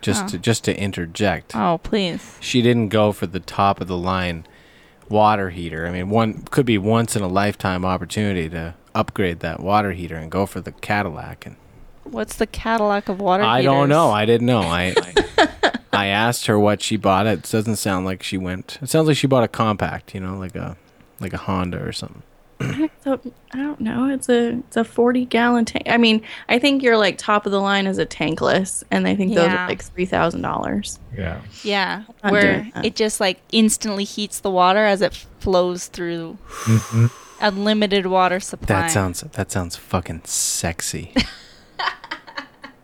just to, just to interject. Oh, please. She didn't go for the top of the line water heater. I mean, one could be once in a lifetime opportunity to upgrade that water heater and go for the Cadillac. And What's the Cadillac of water I heaters? don't know. I didn't know. I I asked her what she bought. It doesn't sound like she went. It sounds like she bought a compact. You know, like a like a Honda or something. So, I don't know. It's a it's a forty gallon tank. I mean, I think your like top of the line is a tankless, and I think those Yeah. are like three thousand dollars. Yeah. Yeah, not where doing that. it just like instantly heats the water as it flows through unlimited water supply. Mm-hmm. That sounds that sounds fucking sexy.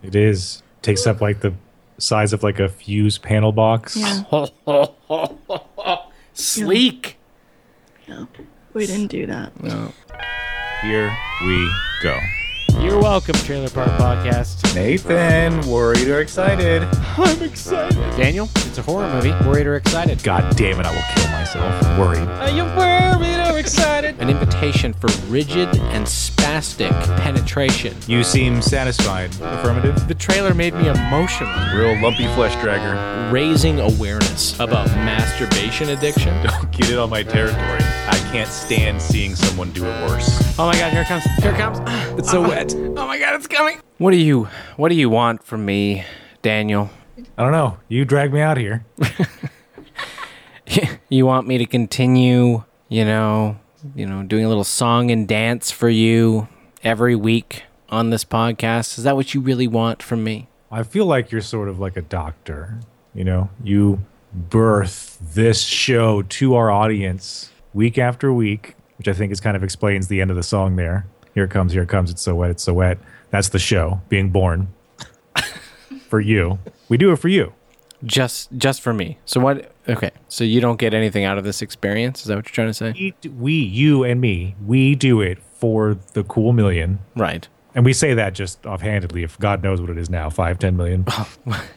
It is. Takes up like the size of like a fuse panel box. Yeah. Sleek. We didn't do that. No. Here we go. You're welcome, Trailer Park Podcast. Nathan, worried or excited? Daniel, it's a horror movie. Worried or excited? God damn it, I will kill myself. Worried. Are you worried or excited? An invitation for rigid and spastic penetration. You seem satisfied. Affirmative. The trailer made me emotional, Real lumpy flesh dragger. raising awareness about masturbation addiction. Don't get it on my territory. I can't stand seeing someone do it worse. Oh my God! Here it comes! Here it comes! It's so wet. Oh my god, it's coming. What do you what do you want from me, Daniel? I don't know. You dragged me out here. you want me to continue, you know, you know, doing a little song and dance for you every week on this podcast? Is that what you really want from me? I feel like you're sort of like a doctor. You know, you birth this show to our audience week after week, which I think is kind of explains the end of the song there. Here it comes, here it comes, it's so wet, it's so wet. That's the show being born for you. We do it for you. Just just for me. So what okay. So you don't get anything out of this experience? Is that what you're trying to say? We, d- we, you and me, we do it for the cool million. Right. And we say that just offhandedly, if God knows what it is now, five, ten million.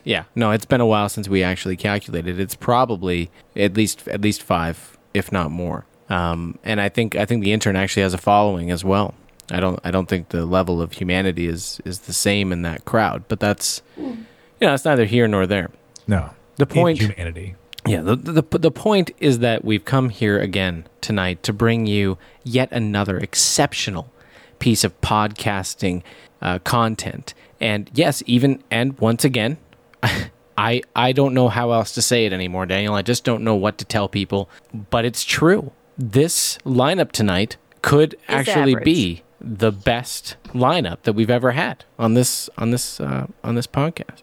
Yeah. No, it's been a while since we actually calculated. It's probably at least at least five, if not more. Um, and I think I think the intern actually has a following as well. I don't I don't think the level of humanity is is the same in that crowd, but that's you know, it's neither here nor there. No. The point- Humanity. Yeah, the, the the point is that we've come here again tonight to bring you yet another exceptional piece of podcasting uh, content, and yes, even and once again, I I don't know how else to say it anymore, Daniel. I just don't know what to tell people, but it's true. This lineup tonight could actually average. be the best lineup that we've ever had on this on this uh, on this podcast.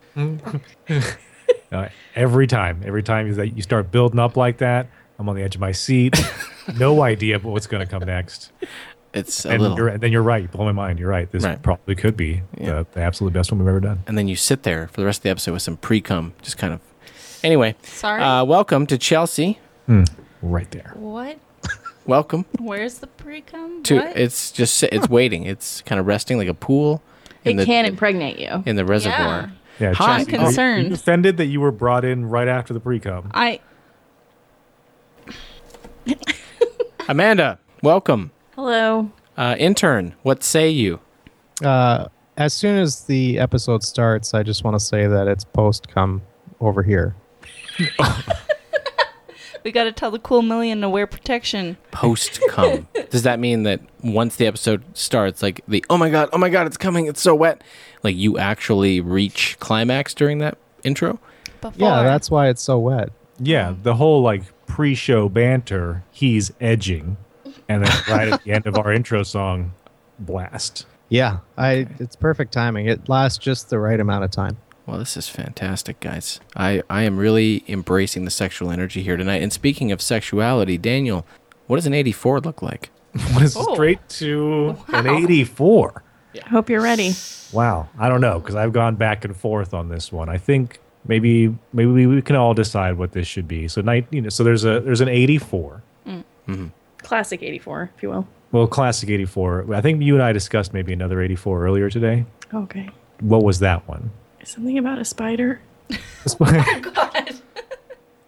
Uh, every time, every time that you start building up like that, I'm on the edge of my seat. no idea but what's going to come next. It's a And little. you're, and then you're right. You blow my mind. You're right. This Right. probably could be the, the absolute best one we've ever done. and then you sit there for the rest of the episode with some pre cum, just kind of. Anyway, Sorry. uh, welcome to Chelsea. Right there. what? Welcome Where's the precum? to What? it's just si- it's waiting. It's kind of resting like a pool It in the can impregnate you. in the reservoir. Yeah, Hi. Chelsea, I'm are you- Are concerned. you offended that you were brought in right after the pre-com? I Amanda, welcome. Hello. Uh, intern, what say you? Uh, as soon as the episode starts, I just want to say that it's post come over here. we got to tell the cool million to wear protection. Post cum. Does that mean that once the episode starts, like the oh my god, oh my god, it's coming, it's so wet, like you actually reach climax during that intro? Before. Yeah, that's why it's so wet. Yeah, the whole like pre-show banter, he's edging. And then right at the end of our intro song, blast. Yeah, I it's perfect timing. It lasts just the right amount of time. Well, this is fantastic, guys. I, I am really embracing the sexual energy here tonight. And speaking of sexuality, Daniel, what does an 84 look like? Was Oh. straight to an 84. I hope you're ready. Wow, I don't know because I've gone back and forth on this one. I think maybe maybe we, we can all decide what this should be. So night, you know, so there's a there's an 84. Classic '84, if you will. Well, classic 84. I think you and I discussed maybe another 84 earlier today. Okay. What was that one? Something about a spider.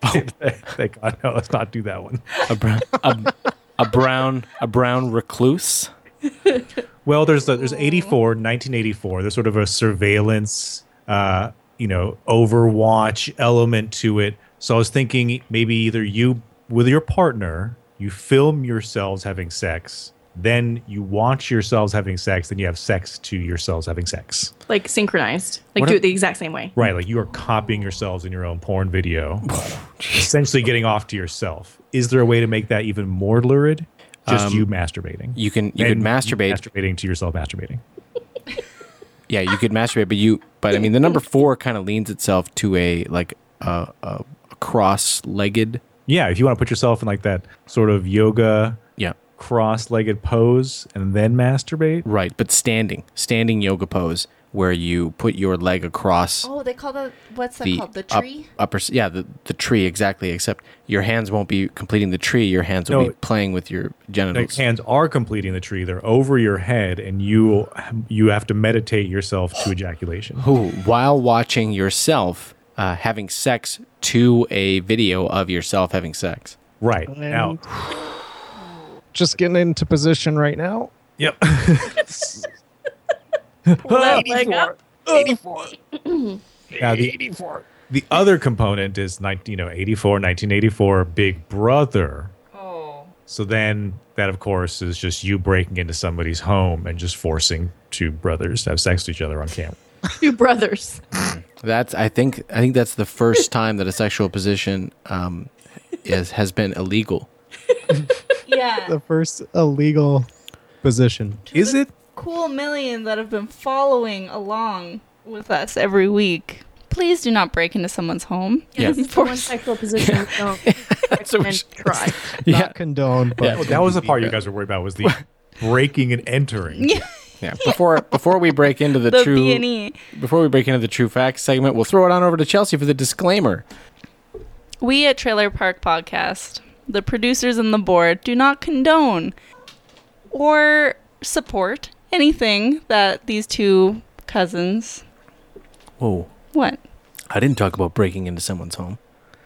Thank God, no, let's not do that one. A brown a, a brown a brown recluse? Well, there's the, there's 84, 1984. There's sort of a surveillance uh, you know Overwatch element to it. So I was thinking maybe either you with your partner, you film yourselves having sex, then you watch yourselves having sex, then you have sex to yourselves having sex. like synchronized, like What do a- it the exact same way. Right, like you are copying yourselves in your own porn video, essentially getting off to yourself. Is there a way to make that even more lurid? Just you masturbating. Um, You can you could And masturbate. masturbating to yourself masturbating. yeah, you could masturbate, but you but I mean the number four kind of leans itself to a like a, a, a cross-legged. Yeah, if you want to put yourself in like that sort of yoga Yeah, cross-legged pose and then masturbate. right. But standing, standing yoga pose where you put your leg across Oh, they call the what's that the called? The up- tree. upper s- yeah the, the tree exactly. Except your hands won't be completing the tree. Your hands will No. be playing with your The genitals. hands are completing the tree; they're over your head, and you you have to meditate yourself to ejaculation. Ooh, while watching yourself uh, having sex to a video of yourself having sex. Right now, Just getting into position right now. yep. Left leg up. Now the, the other component is 19, you know 84 1984 Big Brother. Oh. So then that of course is just you breaking into somebody's home and just forcing two brothers to have sex with each other on camera. Two brothers. That's I think I think that's the first time that a sexual position um, is has been illegal. Yeah. The first illegal position. Is it? cool million that have been following along with us every week. Please do not break into someone's home. Yeah. This is the one sexual position. we Don't That's what we recommend should- try. Yeah, Not condoned, but Yeah. Oh, that was the part you guys were worried about was the breaking and entering. yeah. Before before we break into the, The E. true B&E. before we break into the true facts segment, we'll throw it on over to Chelsea for the disclaimer. We at Trailer Park Podcast, the producers and the board, do not condone or support anything that these two cousins. Whoa, What? I didn't talk about breaking into someone's home.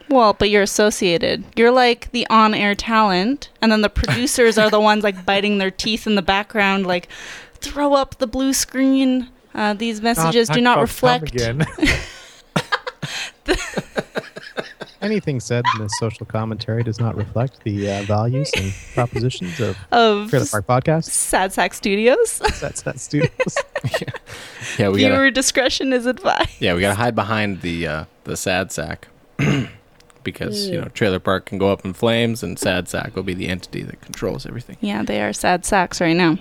Well, but you're associated. You're like the on air talent, and then the producers are the ones like biting their teeth in the background, like, throw up the blue screen. Uh, these messages do not reflect. Again. anything said in this social commentary does not reflect the uh, values and propositions of of Trailer Park Podcast. Sad Sack Studios. That's that studios. Yeah, we Viewer gotta discretion is advised. yeah we gotta hide behind the uh, the sad sack because you know trailer park can go up in flames and sad sack will be the entity that controls everything. Yeah, they are sad sacks right now.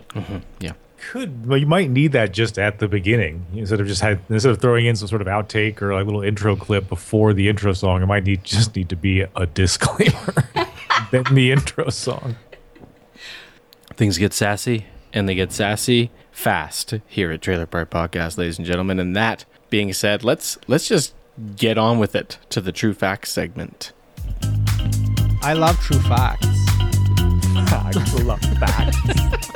Yeah. Could well, you might need that just at the beginning instead of just had, instead of throwing in some sort of outtake or like little intro clip before the intro song. It might need just need to be a disclaimer than the intro song. Things get sassy, and they get sassy fast here at Trailer Park Podcast, ladies and gentlemen. And that being said, let's let's just get on with it to the true facts segment. I love true facts.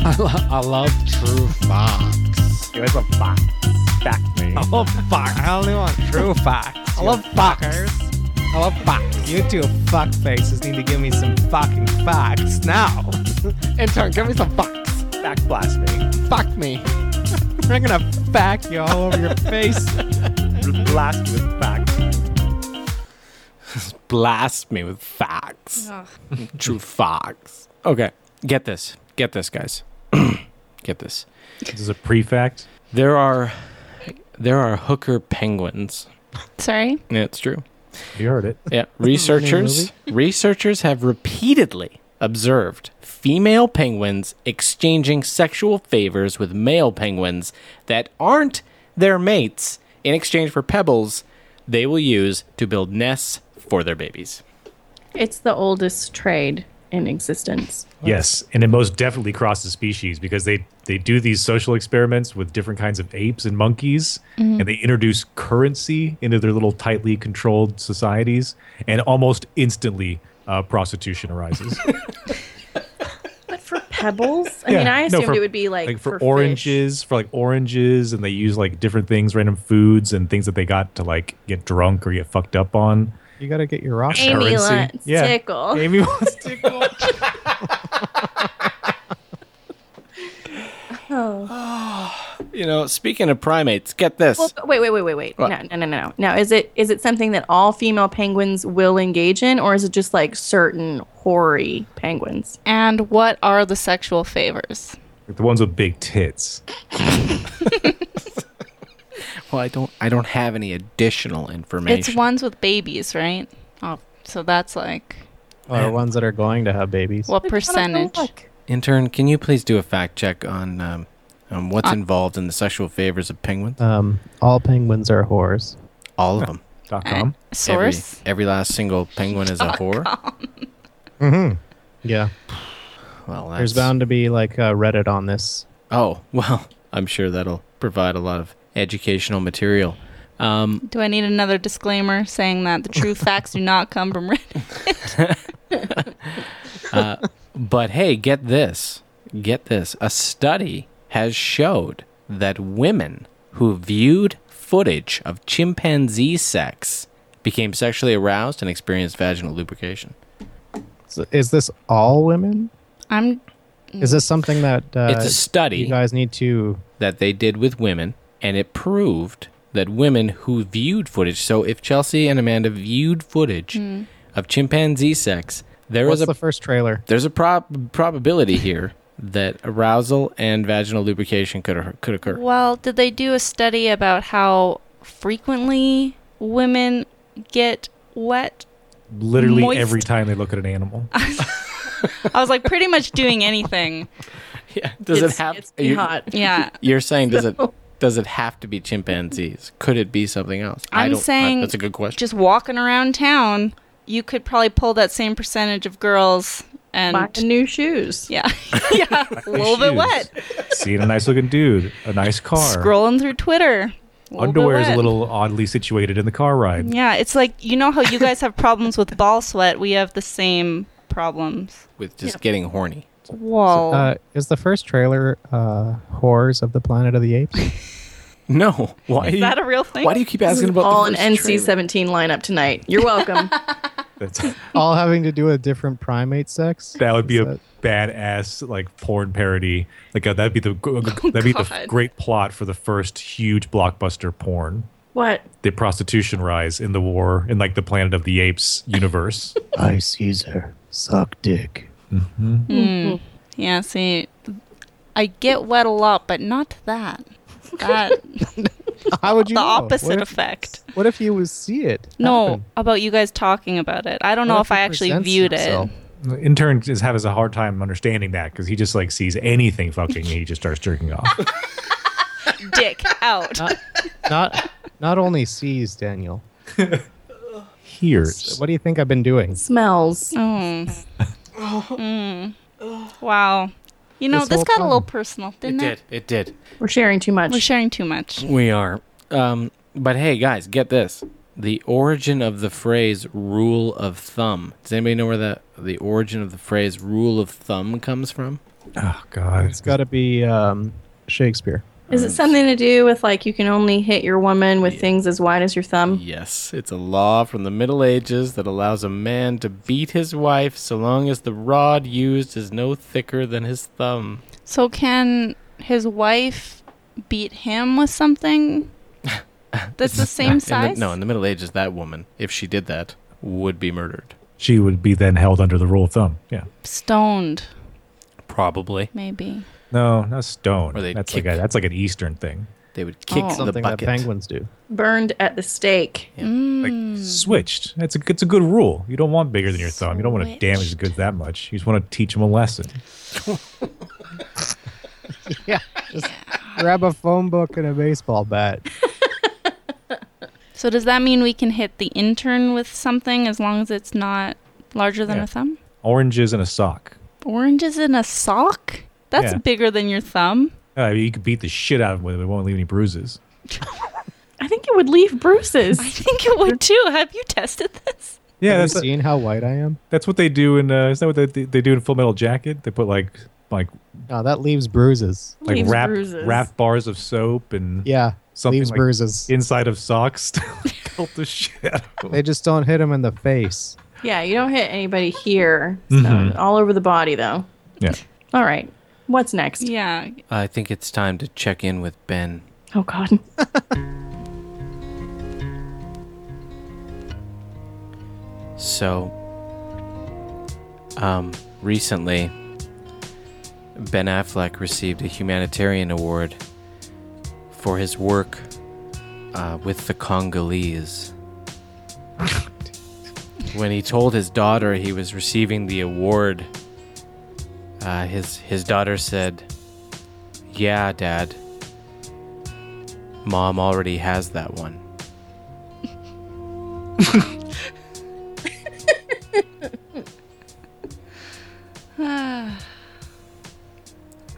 I, lo- I love True Fox. Give us a fox. Back me. I love Fox. I only want True Fox. I love Fox. I love Fox. You two fuck faces need to give me some fucking facts now. Intern, give me some Fox. Back blast me. Fuck me. I'm gonna fuck you all over your face. Blast with facts. Blast me with facts. True facts. Okay, get this. Get this, guys. get this. This is a prefact. There are there are hooker penguins. Sorry? Yeah, it's true. You heard it. Yeah, researchers researchers have repeatedly observed female penguins exchanging sexual favors with male penguins that aren't their mates in exchange for pebbles they will use to build nests for their babies. It's the oldest trade in existence. Yes, and it most definitely crosses species because they they do these social experiments with different kinds of apes and monkeys, Mm-hmm. and they introduce currency into their little tightly controlled societies, and almost instantly uh, prostitution arises. But for pebbles, I Yeah. mean, I No, assumed for- it would be like, like for, fish. oranges, for like oranges, and they use like different things, random foods, and things that they got to like get drunk or get fucked up on. You gotta get your rock. Amy Currency. wants Yeah. tickle. Amy wants to go. Oh. You know, speaking of primates, get this. Well, wait, wait, wait, wait, wait. What? No, no, no, no. Now, is it is it something that all female penguins will engage in, or is it just like certain hoary penguins? And what are the sexual favors? Like the ones with big tits. Well, I don't I don't have any additional information. It's ones with babies, right? Oh, so that's like Or ones that are going to have babies. what percentage? Intern, can you please do a fact check on um, um, what's Uh, involved in the sexual favors of penguins? Um, all penguins are whores. All of them. Dot Uh, com. Uh, Source? Every, every last single penguin is a whore. Yeah. Well, that's, There's bound to be like uh, Reddit on this. Oh well, I'm sure that'll provide a lot of educational material. Um, Do I need another disclaimer saying that the true facts do not come from Reddit? But hey, get this. Get this. A study has showed that women who viewed footage of chimpanzee sex became sexually aroused and experienced vaginal lubrication. So is this all women? I'm Is Mm. this something that uh, it's a you study guys need to? that they did with women, and it proved that women who viewed footage, so if Chelsea and Amanda viewed footage Hmm. of chimpanzee sex, there What's was a the first trailer? there's a prob- probability here that arousal and vaginal lubrication could occur- could occur. well, did they do a study about how frequently women get wet? Literally Moist. every time they look at an animal. I was like pretty much doing anything. Yeah. Does it's, it have It's you- hot. Yeah. You're saying does it does it have to be chimpanzees? Could it be something else? I I'm don't- I- saying that's a good question. Just walking around town, you could probably pull that same percentage of girls and Buy the new shoes. yeah, yeah, a little bit wet. wet. Seeing a nice looking dude, a nice car. Scrolling through Twitter. a little bit Underwear is a wet. little oddly situated in the car ride. Yeah, it's like you know how you guys have problems with ball sweat. We have the same problems. with just getting horny. Oh. Whoa. Uh, is the first trailer uh, whores of the Planet of the Apes? No. Why is that a real thing? Why do you keep This asking is about all the an first NC trailer? seventeen lineup tonight. You're welcome. That's, all having to do with different primate sex. that would be Is a that- badass like porn parody. Like uh, that'd be the that'd be the Oh, God. great plot for the first huge blockbuster porn. what? The prostitution rise in the war in like the Planet of the Apes universe. I Caesar suck dick. Yeah, see, I get wet a lot, but not that. That How would you? the know? opposite What if, effect. what if you was see it? No, happen? about you guys talking about it. I don't know What if I he actually presents viewed himself? it. Intern is has a hard time understanding that because he just like sees anything fucking and he just starts jerking off. Dick out. Not, not only sees Daniel. Here's What do you think I've been doing? Smells. Mm. Mm. Wow. You know, This this, whole got a little time. personal, It didn't it? did. It did. We're sharing too much. We're sharing too much. We are. Um, but hey, guys, get this. The origin of the phrase "rule of thumb." Does anybody know where the the origin of the phrase "rule of thumb" comes from? oh god, It's got to be um, Shakespeare. is it something to do with like you can only hit your woman with things as wide as your thumb? Yes, it's a law from the Middle Ages that allows a man to beat his wife so long as the rod used is no thicker than his thumb. So can his wife beat him with something that's the same In size? the, no, in the Middle Ages, that woman, if she did that, would be murdered. she would be then held under the rule of thumb. Yeah, stoned Probably. maybe. no, not stone. Or they'd That's kick- like a, that's like an Eastern thing. They would kick Oh. the Something that bucket. penguins do. Burned at the stake. Like Hmm. Mm. switched. That's a it's a good rule. You don't want bigger than your thumb. You don't want to damage the Switched. goods that much. You just want to teach them a lesson. Yeah. Just grab a phone book and a baseball bat. So does that mean we can hit the intern with something as long as it's not larger than Yeah. a thumb? Oranges and a sock. Oranges in a sock? That's Yeah. bigger than your thumb. Uh, you could beat the shit out of them with it. It won't leave any bruises. I think it would leave bruises. I think it would too. Have you tested this? Yeah, Have that's you seen how white I am? that's what they do in. Uh, is that what they, they do in Full Metal Jacket? They put like like No, that leaves bruises. like Leaves wrap bruises. wrap bars of soap and Yeah. Something leaves like- bruises. inside of socks to melt the shit out of 'em. They just don't hit him in the face. Yeah, you don't hit anybody here. So, All over the body, though. Mm-hmm. Yeah. All right. What's next? Yeah. I think it's time to check in with Ben. Oh God. So, um, recently, Ben Affleck received a humanitarian award for his work uh, with the Congolese. when he told his daughter he was receiving the award, uh, his his daughter said, "Yeah, Dad. Mom already has that one."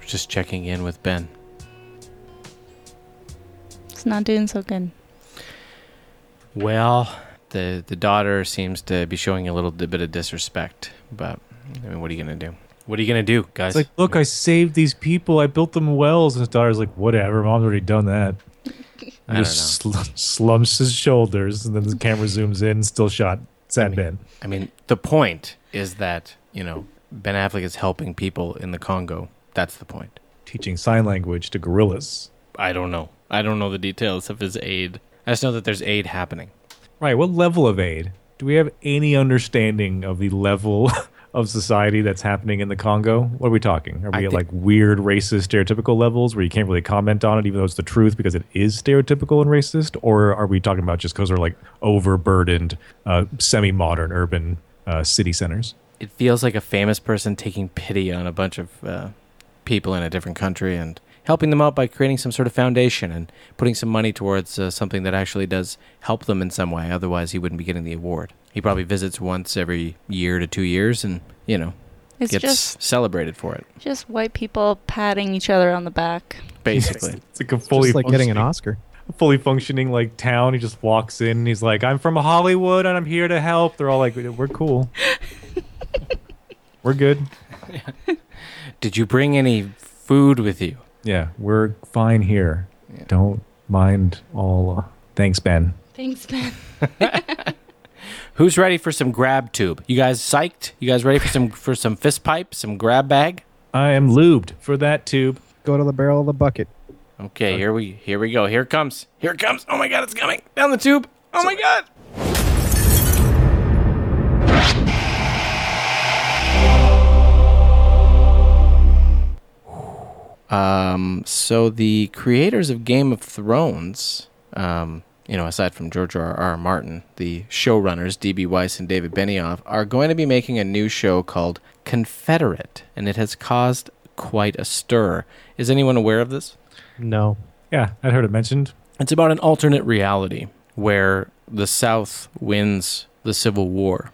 Just checking in with Ben. It's not doing so good. Well, the the daughter seems to be showing a little bit of disrespect, but I mean, what are you gonna do? What are you gonna do, guys? It's like, look, I saved these people. I built them wells. And his daughter's like, whatever. Mom's already done that. I don't know. Just sl- slumps his shoulders, and then the camera zooms in, still shot. Sad Ben. I mean, the point is that you know Ben Affleck is helping people in the Congo. That's the point. Teaching sign language to gorillas. I don't know. I don't know the details of his aid. I just know that there's aid happening. Right. What level of aid? Do we have any understanding of the level of society that's happening in the Congo? What are we talking? Are we I at thi- like weird, racist, stereotypical levels where you can't really comment on it, even though it's the truth because it is stereotypical and racist? Or are we talking about just because we're like overburdened, uh, semi modern urban uh, city centers? It feels like a famous person taking pity on a bunch of uh, people in a different country and helping them out by creating some sort of foundation and putting some money towards uh, something that actually does help them in some way. Otherwise, he wouldn't be getting the award. He probably visits once every year to two years, and you know, It's gets just celebrated for it. just white people patting each other on the back. Basically, It's like a fully just like getting an functioning- Oscar. fully functioning like town. He just walks in and he's like, "I'm from Hollywood and I'm here to help." They're all like, "We're cool, we're good, did you bring any food with you? yeah, we're fine here. Don't mind all." Uh, thanks, Ben. Thanks, Ben. Who's ready for some grab tube? You guys psyched? You guys ready for some for some fist pipe, some grab bag? I am lubed for that tube. Go to the barrel of the bucket. Okay, here we here we go. Here it comes. Here it comes. Oh my god, it's coming down the tube. Oh my god. Um, so the creators of Game of Thrones, um, you know, aside from George R. R. Martin, the showrunners D.B. Weiss and David Benioff are going to be making a new show called Confederate, and it has caused quite a stir. Is anyone aware of this? No. Yeah, I'd heard it mentioned. It's about an alternate reality where the South wins the Civil War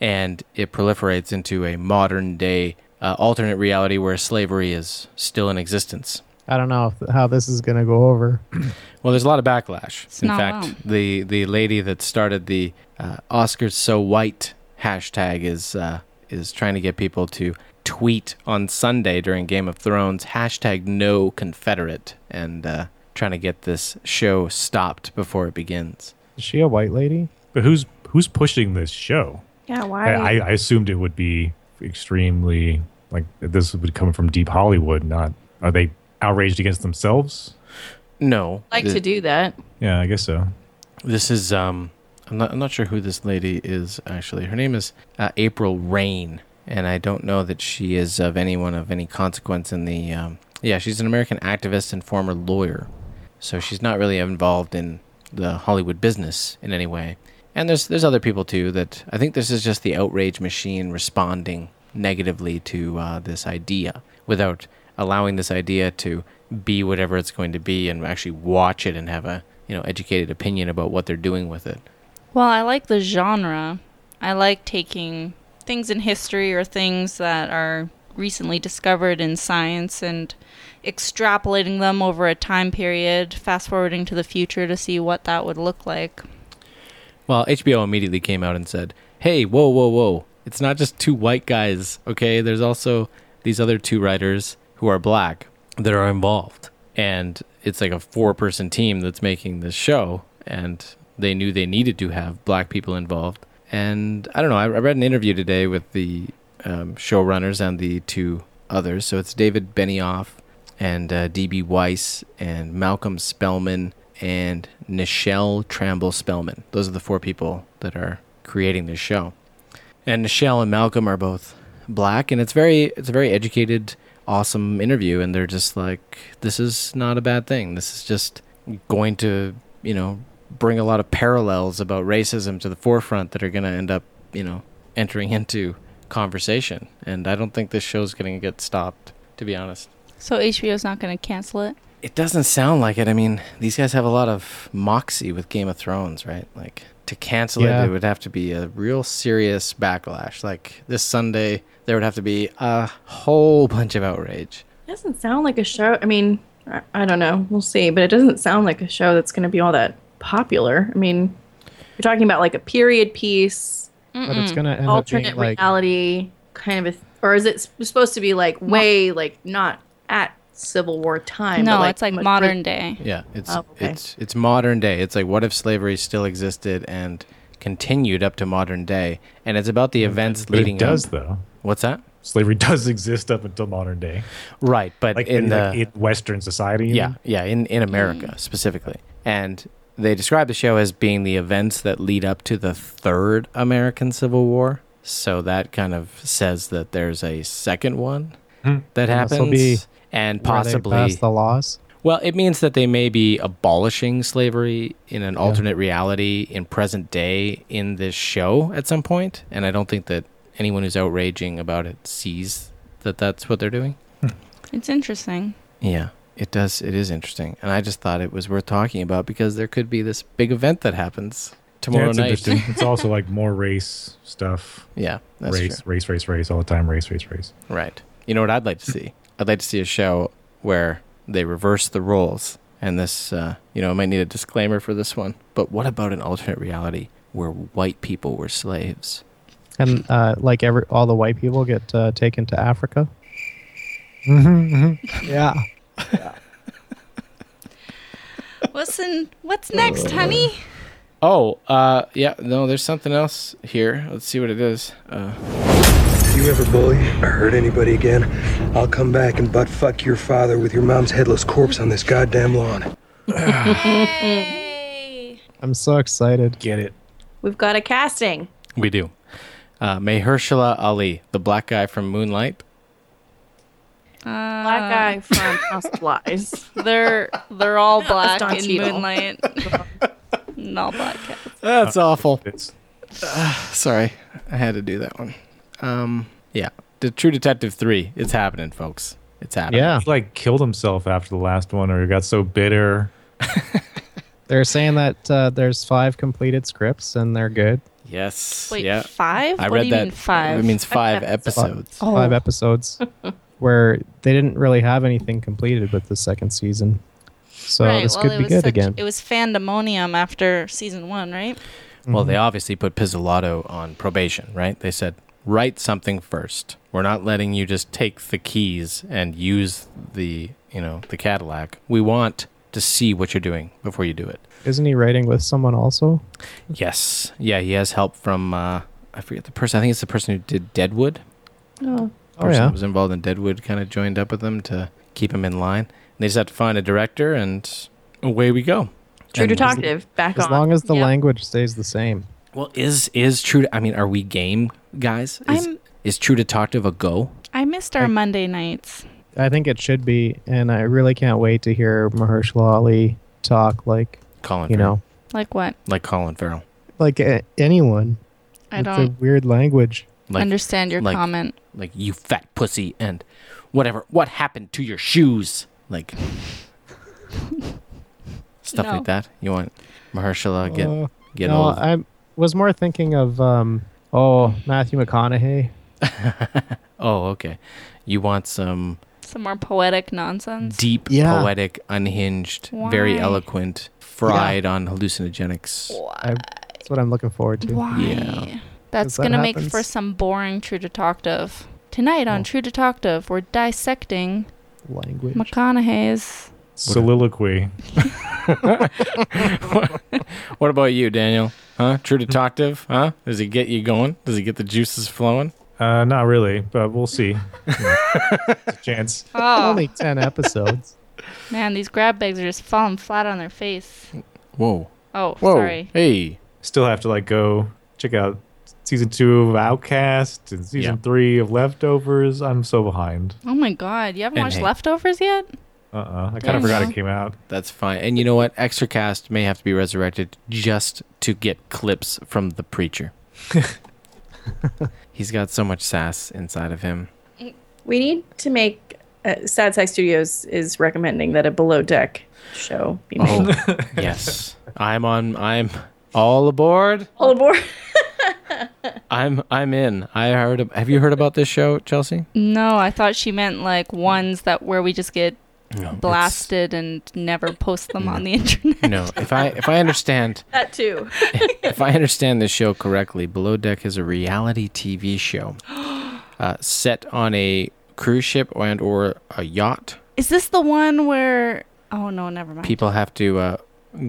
and it proliferates into a modern day uh, alternate reality where slavery is still in existence. I don't know if, how this is going to go over. Well, there's a lot of backlash. in not fact, wrong. the the lady that started the uh, Oscars so white hashtag is uh, is trying to get people to tweet on Sunday during Game of Thrones hashtag No Confederate and uh, trying to get this show stopped before it begins. Is she a white lady? But who's who's pushing this show? Yeah. Why? I, I, I assumed it would be extremely like this would come from deep Hollywood. Not are they outraged against themselves? No, like th- to do that. Yeah, I guess so. This is um, I'm not I'm not sure who this lady is actually. Her name is uh, April Rain, and I don't know that she is of anyone of any consequence in the. Um, yeah, she's an American activist and former lawyer, so she's not really involved in the Hollywood business in any way. And there's there's other people too that I think this is just the outrage machine responding negatively to uh, this idea without allowing this idea to be whatever it's going to be and actually watch it and have a you know educated opinion about what they're doing with it. Well, I like the genre. I like taking things in history or things that are recently discovered in science and extrapolating them over a time period, fast forwarding to the future to see what that would look like. Well, HBO immediately came out and said, "Hey, whoa, whoa, whoa! It's not just two white guys, okay? There's also these other two writers who are black that are involved, and it's like a four-person team that's making this show, and they knew they needed to have black people involved. And I don't know. I, I read an interview today with the um, showrunners and the two others. So it's David Benioff and uh, DB Weiss and Malcolm Spellman and Nichelle Tramble Spellman. Those are the four people that are creating this show. And Nichelle and Malcolm are both black, and it's very it's a very educated, awesome interview. And they're just like, this is not a bad thing. This is just going to you know bring a lot of parallels about racism to the forefront that are going to end up you know entering into conversation. And I don't think this show's going to get stopped, to be honest. So HBO's not going to cancel it. It doesn't sound like it. I mean, these guys have a lot of moxie with Game of Thrones, right? Like to cancel Yeah. it, it would have to be a real serious backlash. Like this Sunday, there would have to be a whole bunch of outrage. doesn't sound like a show. I mean, I, I don't know. We'll see. But it doesn't sound like a show that's going to be all that popular. I mean, you're talking about like a period piece, But it's gonna end alternate up being like reality kind of a, or is it s- supposed to be like way like not at Civil War time? No, but, it's like much- modern day. Yeah, it's Oh, okay. it's it's modern day. It's like what if slavery still existed and continued up to modern day? And it's about the events But leading it does, up. though. What's that? Slavery does exist up until modern day, Right, but like in in, the like, in Western society. you Yeah, mean? yeah, in in America specifically, and they describe the show as being the events that lead up to the third American Civil War. So that kind of says that there's a second one Hmm. that And happens, this'll be and where they pass possibly the laws. well, it means that they may be abolishing slavery in an alternate reality in present day in this show at some point, and I don't think that anyone who's outraging about it sees that that's what they're doing. It's interesting. Yeah, it does. It is interesting, and I just thought it was worth talking about because there could be this big event that happens Yeah, tomorrow it's night. interesting. it's also like more race stuff. Yeah, that's race, race, race, race, all the time. Race, race, race. true. Right. You know what I'd like to see? I'd like to see a show where they reverse the roles. And this, uh, you know, I might need a disclaimer for this one. But what about an alternate reality where white people were slaves? And uh, like every all the white people get uh, taken to Africa. Mm-hmm, yeah. Listen, what's next, honey? Oh, uh, yeah. No, there's something else here. Let's see what it is. Uh, You ever bully or hurt anybody again? I'll come back and butt fuck your father with your mom's headless corpse on this goddamn lawn. Hey. I'm so excited. Get it. We've got a casting. we do. Uh, Mahershala Ali, the black guy from Moonlight. Black guy from House of Lies. They're they're all black Don in Cheadle. Moonlight. and all black cats. That's awful. It's Sorry, I had to do that one. Um, yeah, the True Detective three. It's happening, folks. It's happening. Yeah. he, like killed himself after the last one, or he got so bitter. They're saying that uh, there's five completed scripts and they're good. Yes. Wait, yeah. five? I what read do you that. mean five? It means five Fi- episodes. Five episodes where they didn't really have anything completed with the second season. So this could it be was good such- again. It was fandemonium after season one, right? Well, they obviously put Pizzolatto on probation, right? They said write something first. We're not letting you just take the keys and use the you know the Cadillac. We want to see what you're doing before you do it. Isn't he writing with someone also? Yes. Yeah, he has help from uh, I forget the person. I think it's the person who did Deadwood. Oh, Oh person yeah. that was involved in Deadwood kind of joined up with them to keep him in line. And they just had to find a director, and away we go. True And- Detective. Back As on. long as the Yeah. language stays the same. Well, is is True? I mean, are we game guys? Is, I'm- is True Detective a go? I missed our Monday nights. I think it should be, and I really can't wait to hear Mahershala Ali talk like Colin, you Farrell. know, Like what? like Colin Farrell, like a- anyone. I It's a don't weird language. like understand your like- comment. like you fat pussy and whatever. What happened to your shoes? Like stuff No. like that. You want Mahershala get Uh, get no, old? I was more thinking of um, oh Matthew McConaughey. oh, okay. You want some Some more poetic nonsense. deep, Yeah. poetic, unhinged, very Why? eloquent, fried on hallucinogenics. I, that's what I'm looking forward to. Why? Yeah. That's that gonna make happens. Oh. for some boring True Detective. Tonight on True Detective, we're dissecting Language. McConaughey's. Soliloquy. What about you, Daniel? Huh? True detective? Huh? Does he get you going? Does he get the juices flowing? Uh, not really, but we'll see. You know, it's a chance. Oh Only 10 episodes. man, these grab bags are just falling flat on their face. Whoa. Oh, Whoa. sorry. Hey. Still have to like go check out season two of Outcast and season Yeah. three of Leftovers. I'm so behind. Oh my god, you haven't And watched hey. Leftovers yet? Uh uh I kind Damn. of forgot it came out. That's fine. And you know what? Extracast may have to be resurrected just to get clips from the preacher. He's got so much sass inside of him. We need to make uh, Sad Sack Studios is recommending that a below deck show be made. Oh, yes. I'm on I'm all aboard. All aboard. I'm I'm in. I heard ab- Have you heard about this show, Chelsea? No, I thought she meant like ones that where we just get No. blasted and never post them on the internet. No. If I if I understand That too. if I understand this show correctly, Below Deck is a reality TV show uh, set on a cruise ship and or a yacht. Is this the one where? Oh no, never mind. People have to uh,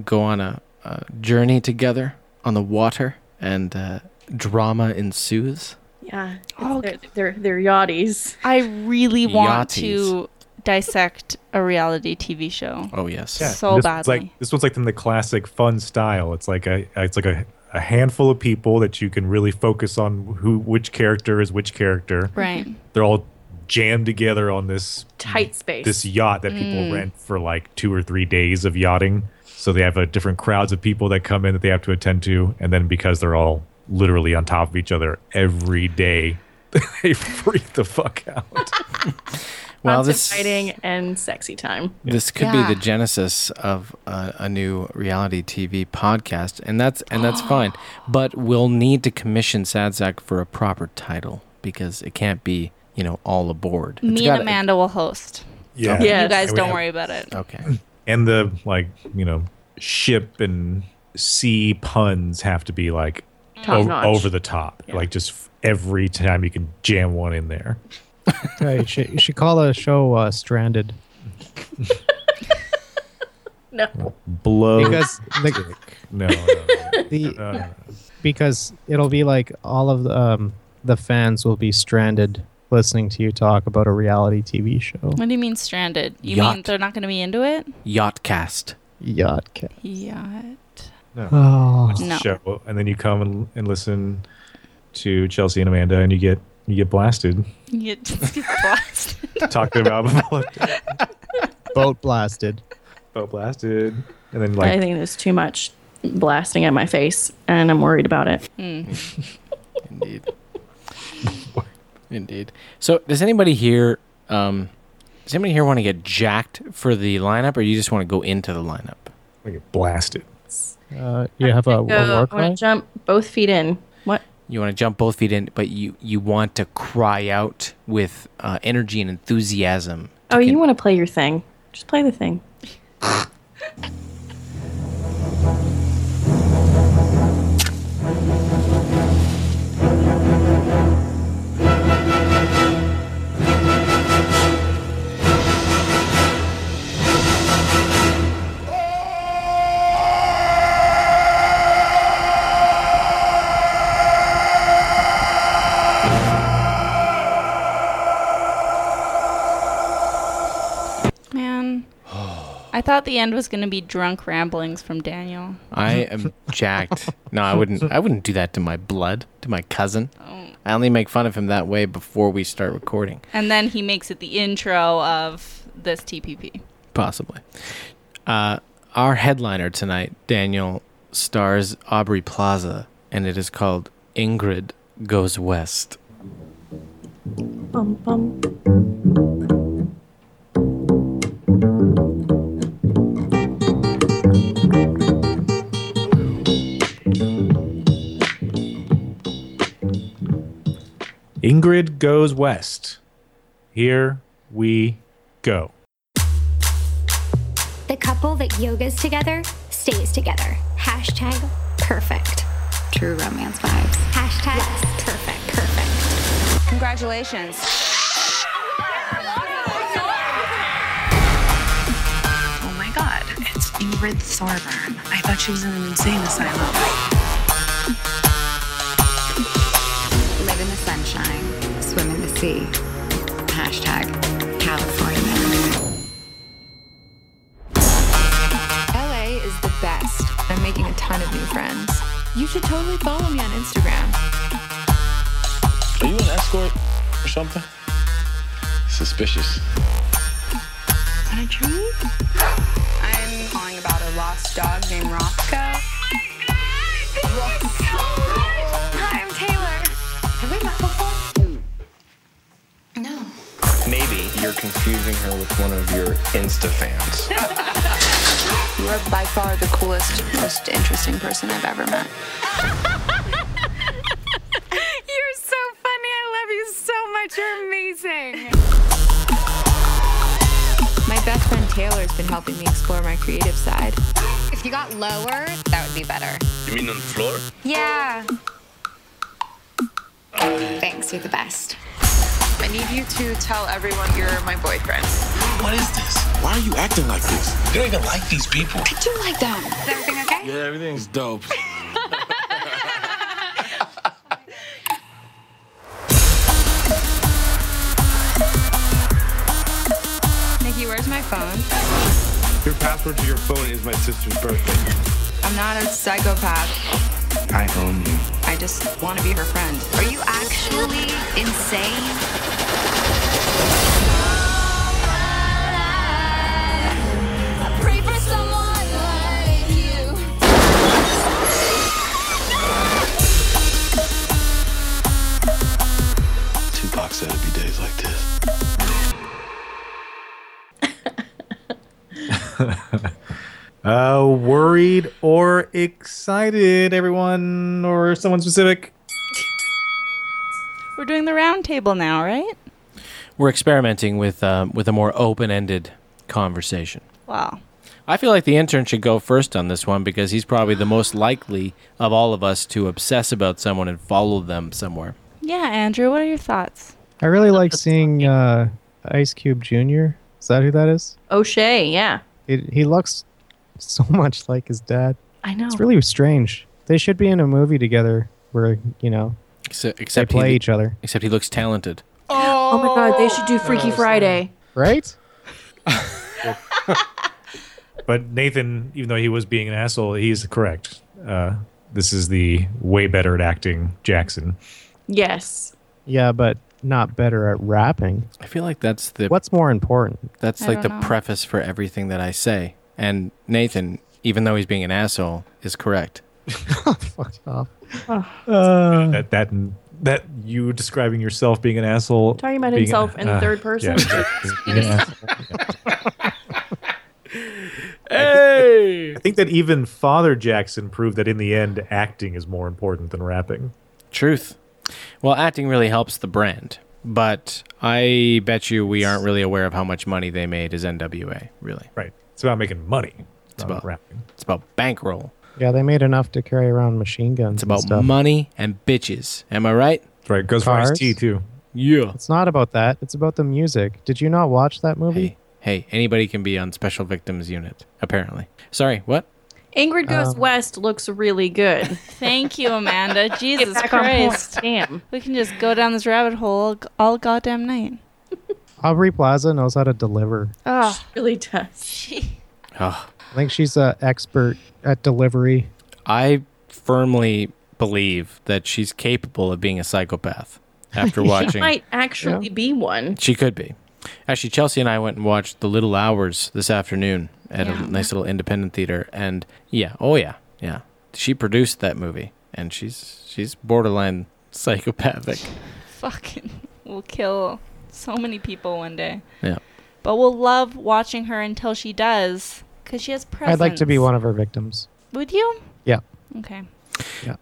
go on a, a journey together on the water, and uh, drama ensues. Yeah. it's Oh, their, God. their their yachties. I really want Yachties. to dissect a reality TV show. Oh yes, Yeah, So this one's badly. like this one's like in the classic fun style. It's like a it's like a, a handful of people that you can really focus on who which character is which character. Right. They're all jammed together on this Tight space. this yacht that people rent for like two or three days of yachting. So they have a different crowds of people that come in that they have to attend to, and then because they're all literally on top of each other every day, they freak the fuck out. well Lots of this fighting and sexy time. this could Yeah. be the genesis of a, a new reality TV podcast, and that's and that's fine. But we'll need to commission Sad Sack for a proper title because it can't be you know all aboard. Mm. It's Me and gotta- Amanda will host. Yeah. Yes. You guys we don't have- worry about it. Okay. and the like you know ship and sea puns have to be like o- Top-notch. over the top like just f- every time you can jam one in there Yeah, you, should, you should call the show uh, Stranded. No. blow Oh. Because the, no, no, no. the, Uh, because it'll be like all of the, um, the fans will be stranded listening to you talk about a reality TV show. What do you mean stranded? You mean Yacht. they're not going to be into it? Yachtcast. Yacht. Yacht. Oh, No. show and then you come and, and listen to chelsea and amanda and you get you get blasted You just get blasted. talking about boat blasted. about blasted and I then like think there's too much blasting at my face, and I'm worried about it. Hmm. Indeed. Indeed. So, does anybody here, um, does anybody here want to get jacked for the lineup, or you just want to go into the lineup? we get blasted Uh, you have a, a war I cry? want to jump both feet in. What? You want to jump both feet in, but you you want to cry out with uh, energy and enthusiasm. Oh, you want to play your thing? Just play the thing. Man. I thought the end was going to be drunk ramblings from Daniel. I am jacked. No, I wouldn't. I wouldn't do that to my blood, to my cousin. Oh. I only make fun of him that way before we start recording. And then he makes it the intro of this TPP. Possibly. Uh, our headliner tonight, Daniel, stars Aubrey Plaza, and it is called Ingrid Goes West. Bum, bum. ingrid goes west here we go The couple that yogas together stays together. Hashtag perfect. True romance vibes. Hashtag perfect. Perfect. Congratulations. Oh my god, it's Ingrid Thorburn. I thought she was in an insane asylum. Live in the sunshine. be hashtag California. LA is the best. I'm making a ton of new friends. You should totally follow me on Instagram. Are you an escort or something? Suspicious. Want a treat? I'm calling about a lost dog named Roscoe. Hi, I'm Taylor. Have we met before? Maybe you're confusing her with one of your Insta fans. You are by far the coolest, most interesting person I've ever met. You're so funny. I love you so much. You're amazing. My best friend Taylor's been helping me explore my creative side. If you got lower, that would be better. You mean on the floor? Yeah. Thanks, you're the best. I need you to tell everyone you're my boyfriend. What is this? Why are you acting like this? You don't even like these people. I do like them. Is everything okay? Yeah, everything's dope. Nikki, where's my phone? Your password to your phone is my sister's birthday. I'm not a psychopath. I own you. I just want to be her friend. Are you actually insane? Pray for someone like you. Tupac said it'd be days like this. Uh, worried or excited, everyone, or someone specific? We're doing the round table now, right? We're experimenting with um, with a more open ended conversation. Wow. I feel like the intern should go first on this one because he's probably the most likely of all of us to obsess about someone and follow them somewhere. Yeah, Andrew, what are your thoughts? I really like seeing uh, Ice Cube Jr. Is that who that is? O'Shea, yeah. It, he looks so much like his dad. I know. It's really strange. They should be in a movie together where, you know, Except, they except play he, each other, Except he looks talented. Oh, my god, they should do Freaky Friday. right? But Nathan, even though he was being an asshole, he's correct. Uh, this is the way better at acting Jackson. Yes. Yeah, but not better at rapping. I feel like that's the What's more important? that's I like the don't know. preface for everything that I say. And Nathan, even though he's being an asshole, is correct. Fuck off. That that that you describing yourself being an asshole. Talking about being- himself in uh, third person. yeah, being an asshole. Hey. I think that even Father Jackson proved that in the end, acting is more important than rapping. Truth. Well, acting really helps the brand, but I bet you we aren't really aware of how much money they made as NWA, really. Right. It's about making money. It's about- rapping. It's about bankroll. Yeah, they made enough to carry around machine guns. It's and about stuff. money and bitches. Am I right? That's right. It goes for Cars? Ice-T, too. Yeah. It's not about that. It's about the music. Did you not watch that movie? Hey, hey, anybody can be on Special Victims Unit, apparently. Sorry, what? Ingrid Goes Um, West looks really good. Thank you, Amanda. Jesus Back on Christ. point. Damn. We can just go down this rabbit hole all goddamn night. Aubrey Plaza knows how to deliver. Oh, Really does. gee. Ugh. I think she's an expert at delivery. I firmly believe that she's capable of being a psychopath after watching. Might actually be one. She could be. Actually, Chelsea and I went and watched The Little Hours this afternoon at Yeah. a nice little independent theater, and yeah, oh yeah, yeah. She produced that movie, and she's she's borderline psychopathic. Fucking. We'll kill so many people one day. Yeah. But we'll love watching her until she does, because she has presence. I'd like to be one of her victims. Would you? Yeah. Okay.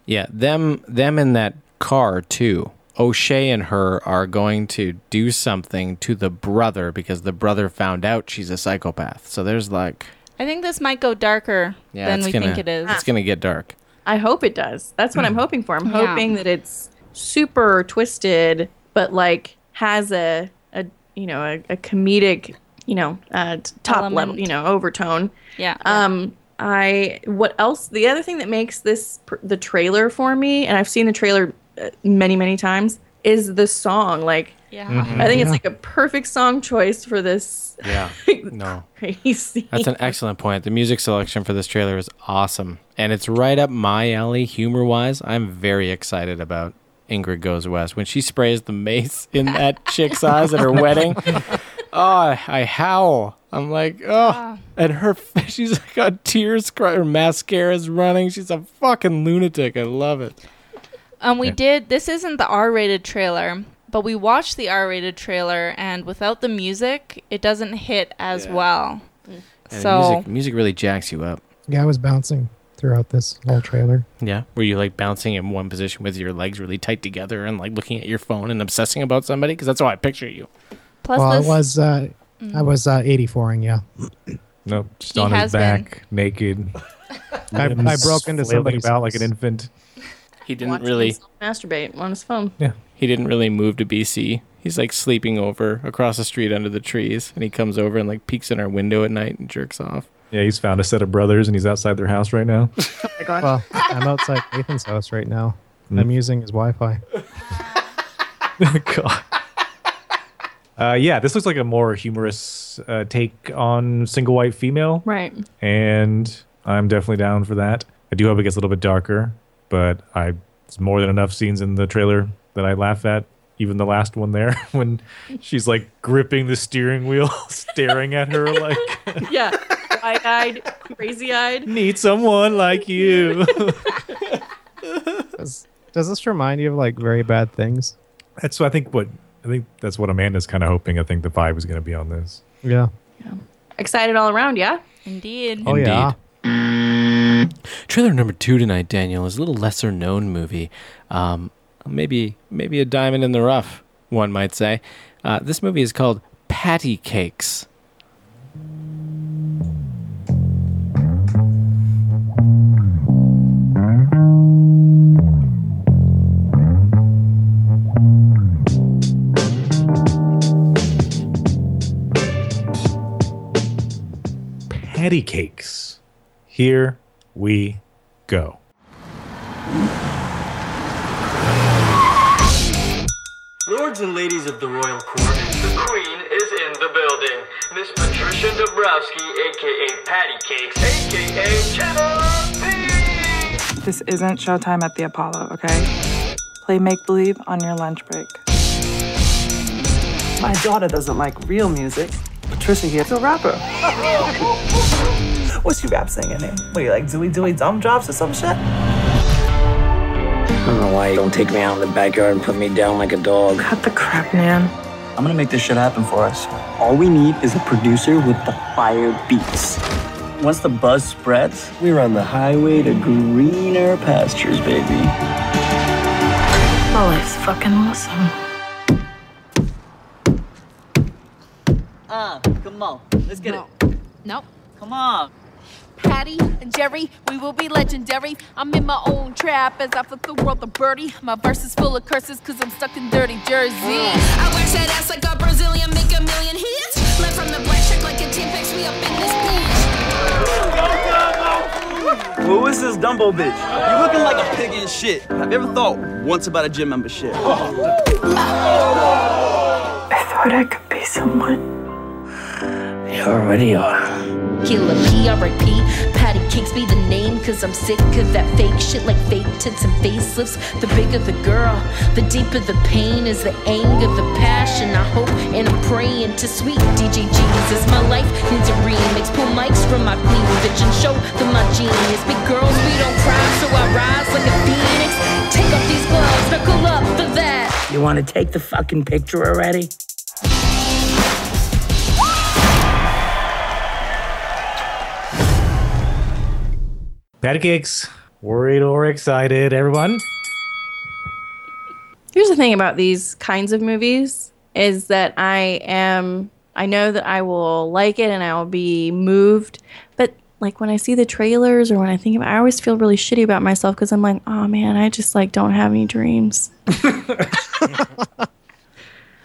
Yeah, them them in that car too. O'Shea and her are going to do something to the brother because the brother found out she's a psychopath. So there's like, I think this might go darker yeah, than it's we gonna, think it is. It's gonna get dark. I hope it does. That's what I'm hoping for. I'm Yeah. hoping that it's super twisted, but like has a, a you know a, a comedic you know uh, t- top level Element. you know overtone. Yeah. Um, I what else? The other thing that makes this pr- the trailer for me, and I've seen the trailer uh, many many times, is the song. Like, yeah, Mm-hmm. I think Mhm. it's like a perfect song choice for this Yeah. No. crazy. That's an excellent point. The music selection for this trailer is awesome. And it's right up my alley, humor wise. I'm very excited about Ingrid Goes West. When she sprays the mace in that chick's eyes at her wedding, oh, I howl. I'm like, Ah. oh. And her, fa- she's got tears, cry- her mascara's running. She's a fucking lunatic. I love it. Um, we Yeah. did. This isn't the R-rated trailer, but we watched the R-rated trailer, and without the music, it doesn't hit as well. And So music, music really jacks you up. Yeah, I was bouncing throughout this whole trailer. Yeah. Were you like bouncing in one position with your legs really tight together and like looking at your phone and obsessing about somebody? Because that's how I picture you. plus well, this- I was uh, I Mm. was uh, 84ing. Yeah, Nope, just He on his has been. back, naked. I- I limbs broke into flailing somebody's about house. like an infant. He didn't really. masturbate on his phone. He didn't really move to BC. He's like sleeping over across the street under the trees, and he comes over and like peeks in our window at night and jerks off. Yeah, he's found a set of brothers and he's outside their house right now. well, I'm outside Nathan's house right now. Mm. I'm using his Wi-Fi. God. Uh, yeah, this looks like a more humorous uh, take on single white female, Right. and I'm definitely down for that. I do hope it gets a little bit darker, but I it's more than enough scenes in the trailer that I laugh at. Even the last one there, when she's like gripping the steering wheel, staring at her like yeah. Wide eyed, crazy eyed. need someone like you. does, does this remind you of like very bad things? that's I think what I think that's what Amanda's kind of hoping. I think the vibe is going to be on this. Yeah. Oh, Excited all around, yeah? Indeed. Indeed. Trailer number two tonight, Daniel, is a little lesser known movie. Um, maybe maybe a diamond in the rough, one might say. Uh, this movie is called Patty Cakes. Patty cakes. Here we go. Lords and ladies of the royal court, the queen is in the building. Miss Patricia Dabrowski, aka Patty Cakes, aka Cheddar Pete. This isn't showtime at the Apollo, okay? Play make believe on your lunch break. My daughter doesn't like real music. Patricia here's a rapper. What's she rap singing in? What are you like, Dewey Dewey Dumb Drops or some shit? I don't know why you don't take me out in the backyard and put me down like a dog. Cut the crap, man. I'm gonna make this shit happen for us. All we need is a producer with the fire beats. Once the buzz spreads, we're on the highway to greener pastures, baby. My life's fucking awesome. Uh, come on. Let's get it. Nope. Come on. Patty and Jerry, we will be legendary. I'm in my own trap as I flip the world a birdie. My verse is full of curses cause I'm stuck in dirty Jersey. I wax that ass like a Brazilian, make a million hits. Live from the black check like a 10 packs, we up in this bitch. Who is this Dumbo bitch? You looking like a pig in shit. Have you ever thought once about a gym membership? I thought I could be someone. You already are. Killer P, R.I.P. Patty Cakes be the name, cause I'm sick of that fake shit like fake tits and facelifts. The bigger the girl, the deeper the pain is the anger, the passion. I hope and I'm praying to sweet DJ Jesus. My life needs a remix. Pull mics from my queen bitch and show them my genius. Big girls, we don't cry, so I rise like a phoenix. Take off these gloves, knuckle up for that. You wanna take the fucking picture already? Patty cakes. Worried or excited, everyone? Here's the thing about these kinds of movies is that I am I know that I will like it and I will be moved, but like when I see the trailers or when I think about I always feel really shitty about myself cuz I'm like, "Oh man, I just like don't have any dreams."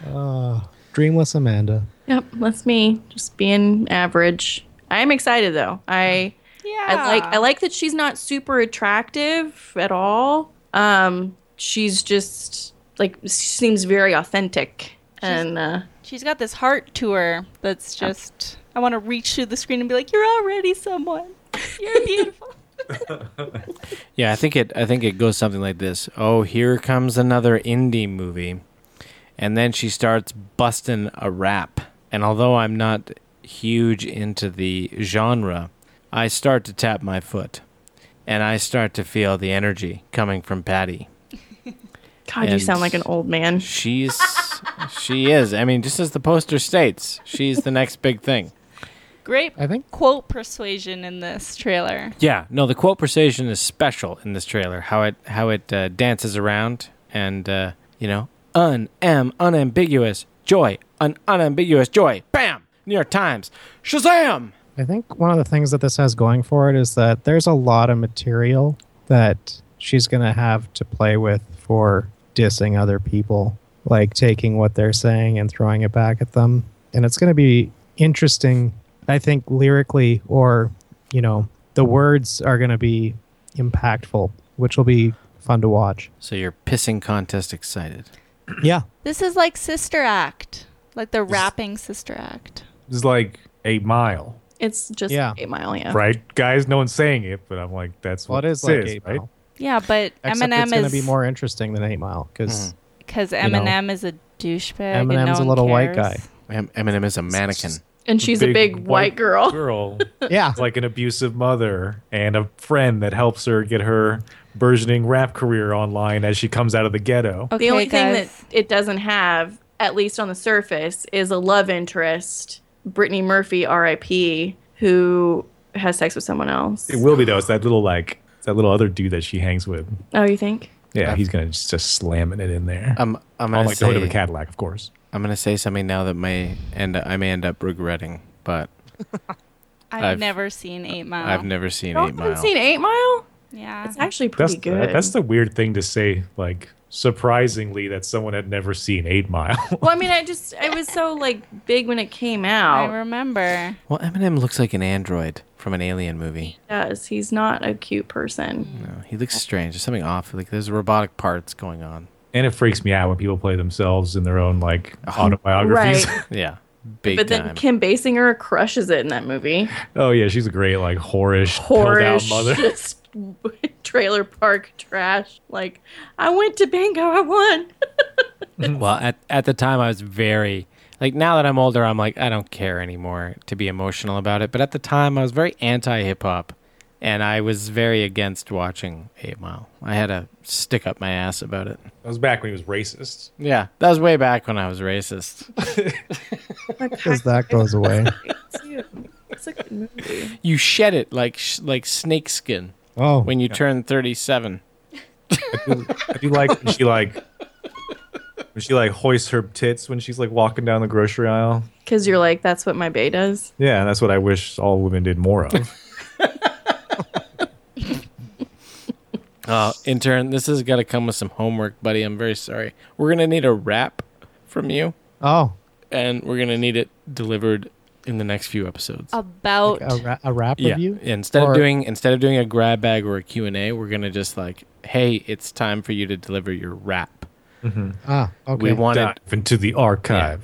Uh, Dreamless Amanda. Yep, that's me. Just being average. I am excited though. I I like I like that she's not super attractive at all. Um she's just like seems very authentic. and uh, She's got this heart to her that's just. I want to reach through the screen and be like, "You're already someone. You're beautiful." Yeah, I think it. I think it goes something like this. Oh, here comes another indie movie, and then she starts busting a rap. And although I'm not huge into the genre, I start to tap my foot, and I start to feel the energy coming from Patty. God, you And sound like an old man. She's she is. I mean, just as the poster states, she's the next big thing. Great. I think quote persuasion in this trailer. Yeah, no, the quote precision is special in this trailer. How it how it uh, dances around and uh, you know, un am unambiguous joy, an unambiguous joy. Bam, New York Times, Shazam. I think one of the things that this has going for it is that there's a lot of material that she's going to have to play with for dissing other people, like taking what they're saying and throwing it back at them. And it's going to be interesting, I think, lyrically, or, you know, the words are going to be impactful, which will be fun to watch. So you're pissing contest excited. Yeah. This is like Sister Act, like the rapping Sister Act. It's like eight mile, It's just Yeah. eight mile, yeah. right, guys? No one's saying it, but I'm like, that's Well, what it is this like is, 8 right? Mile. Yeah, but Except it's Eminem going to is be more interesting than 8 Mile because because you know, Eminem is a douchebag. and no Eminem's a one little white cares. guy. Em- Eminem is a mannequin. And she's a big white girl. Girl, Mm-hmm. yeah, like an abusive mother and a friend that helps her get her burgeoning rap career online as she comes out of the ghetto. the only thing that it doesn't have, at least on the surface, is a love interest, Brittany Murphy, R.I.P., who has sex with someone else. It will be though. It's that little like it's that little other dude that she hangs with. Oh, you think? Yeah, he's gonna just, just slamming it in there. I'm I'm on gonna like the hood of a say- Cadillac, of course. I'm gonna say something now that may end. I may end up regretting, but I've, I've- never seen Eight Mile. I've never seen You Eight Oh. haven't Mile. seen Eight Mile? Yeah, it's actually That's that's the weird thing to say. Like surprisingly, that someone had never seen Eight Mile. Well, I mean, I just, it was so, like, big when it came out. I remember. Well, Eminem looks like an android from an alien movie. Yes, he's not a cute person. No, he looks strange. There's something off. Like there's robotic parts going on. and it freaks me out when people play themselves in their own like autobiographies. Right. yeah, big but time. then Kim Basinger crushes it in that movie. Oh yeah, she's a great like whorish, pilled out Horish, mother. just trailer park trash. Like, I went to bingo, I won. well, at, at the time, I was very like. Now that I'm older, I'm like I don't care anymore to be emotional about it. But at the time, I was very anti hip hop, and I was very against watching Eight Mile. I had a stick up my ass about it. That was back when he was racist. Yeah, that was way back when I was racist. because that goes away. it's a good movie. You shed it like sh- like snakeskin. Oh. when you Yeah. turn thirty-seven. I do like when she like when she like hoists her tits when she's like walking down the grocery aisle. Because you're like, that's what my bay does. Yeah, that's what I wish all women did more of. Uh, intern, this has got to come with some homework, buddy. I'm very sorry. We're gonna need a rap from you, Oh, and we're gonna need it delivered in the next few episodes. About a, ra- a rap yeah. review? Instead Or- of doing instead of doing a grab bag or a Q and A, we're gonna just like, hey, it's time for you to deliver your rap. Ah, okay. We wanted Dive into the archive.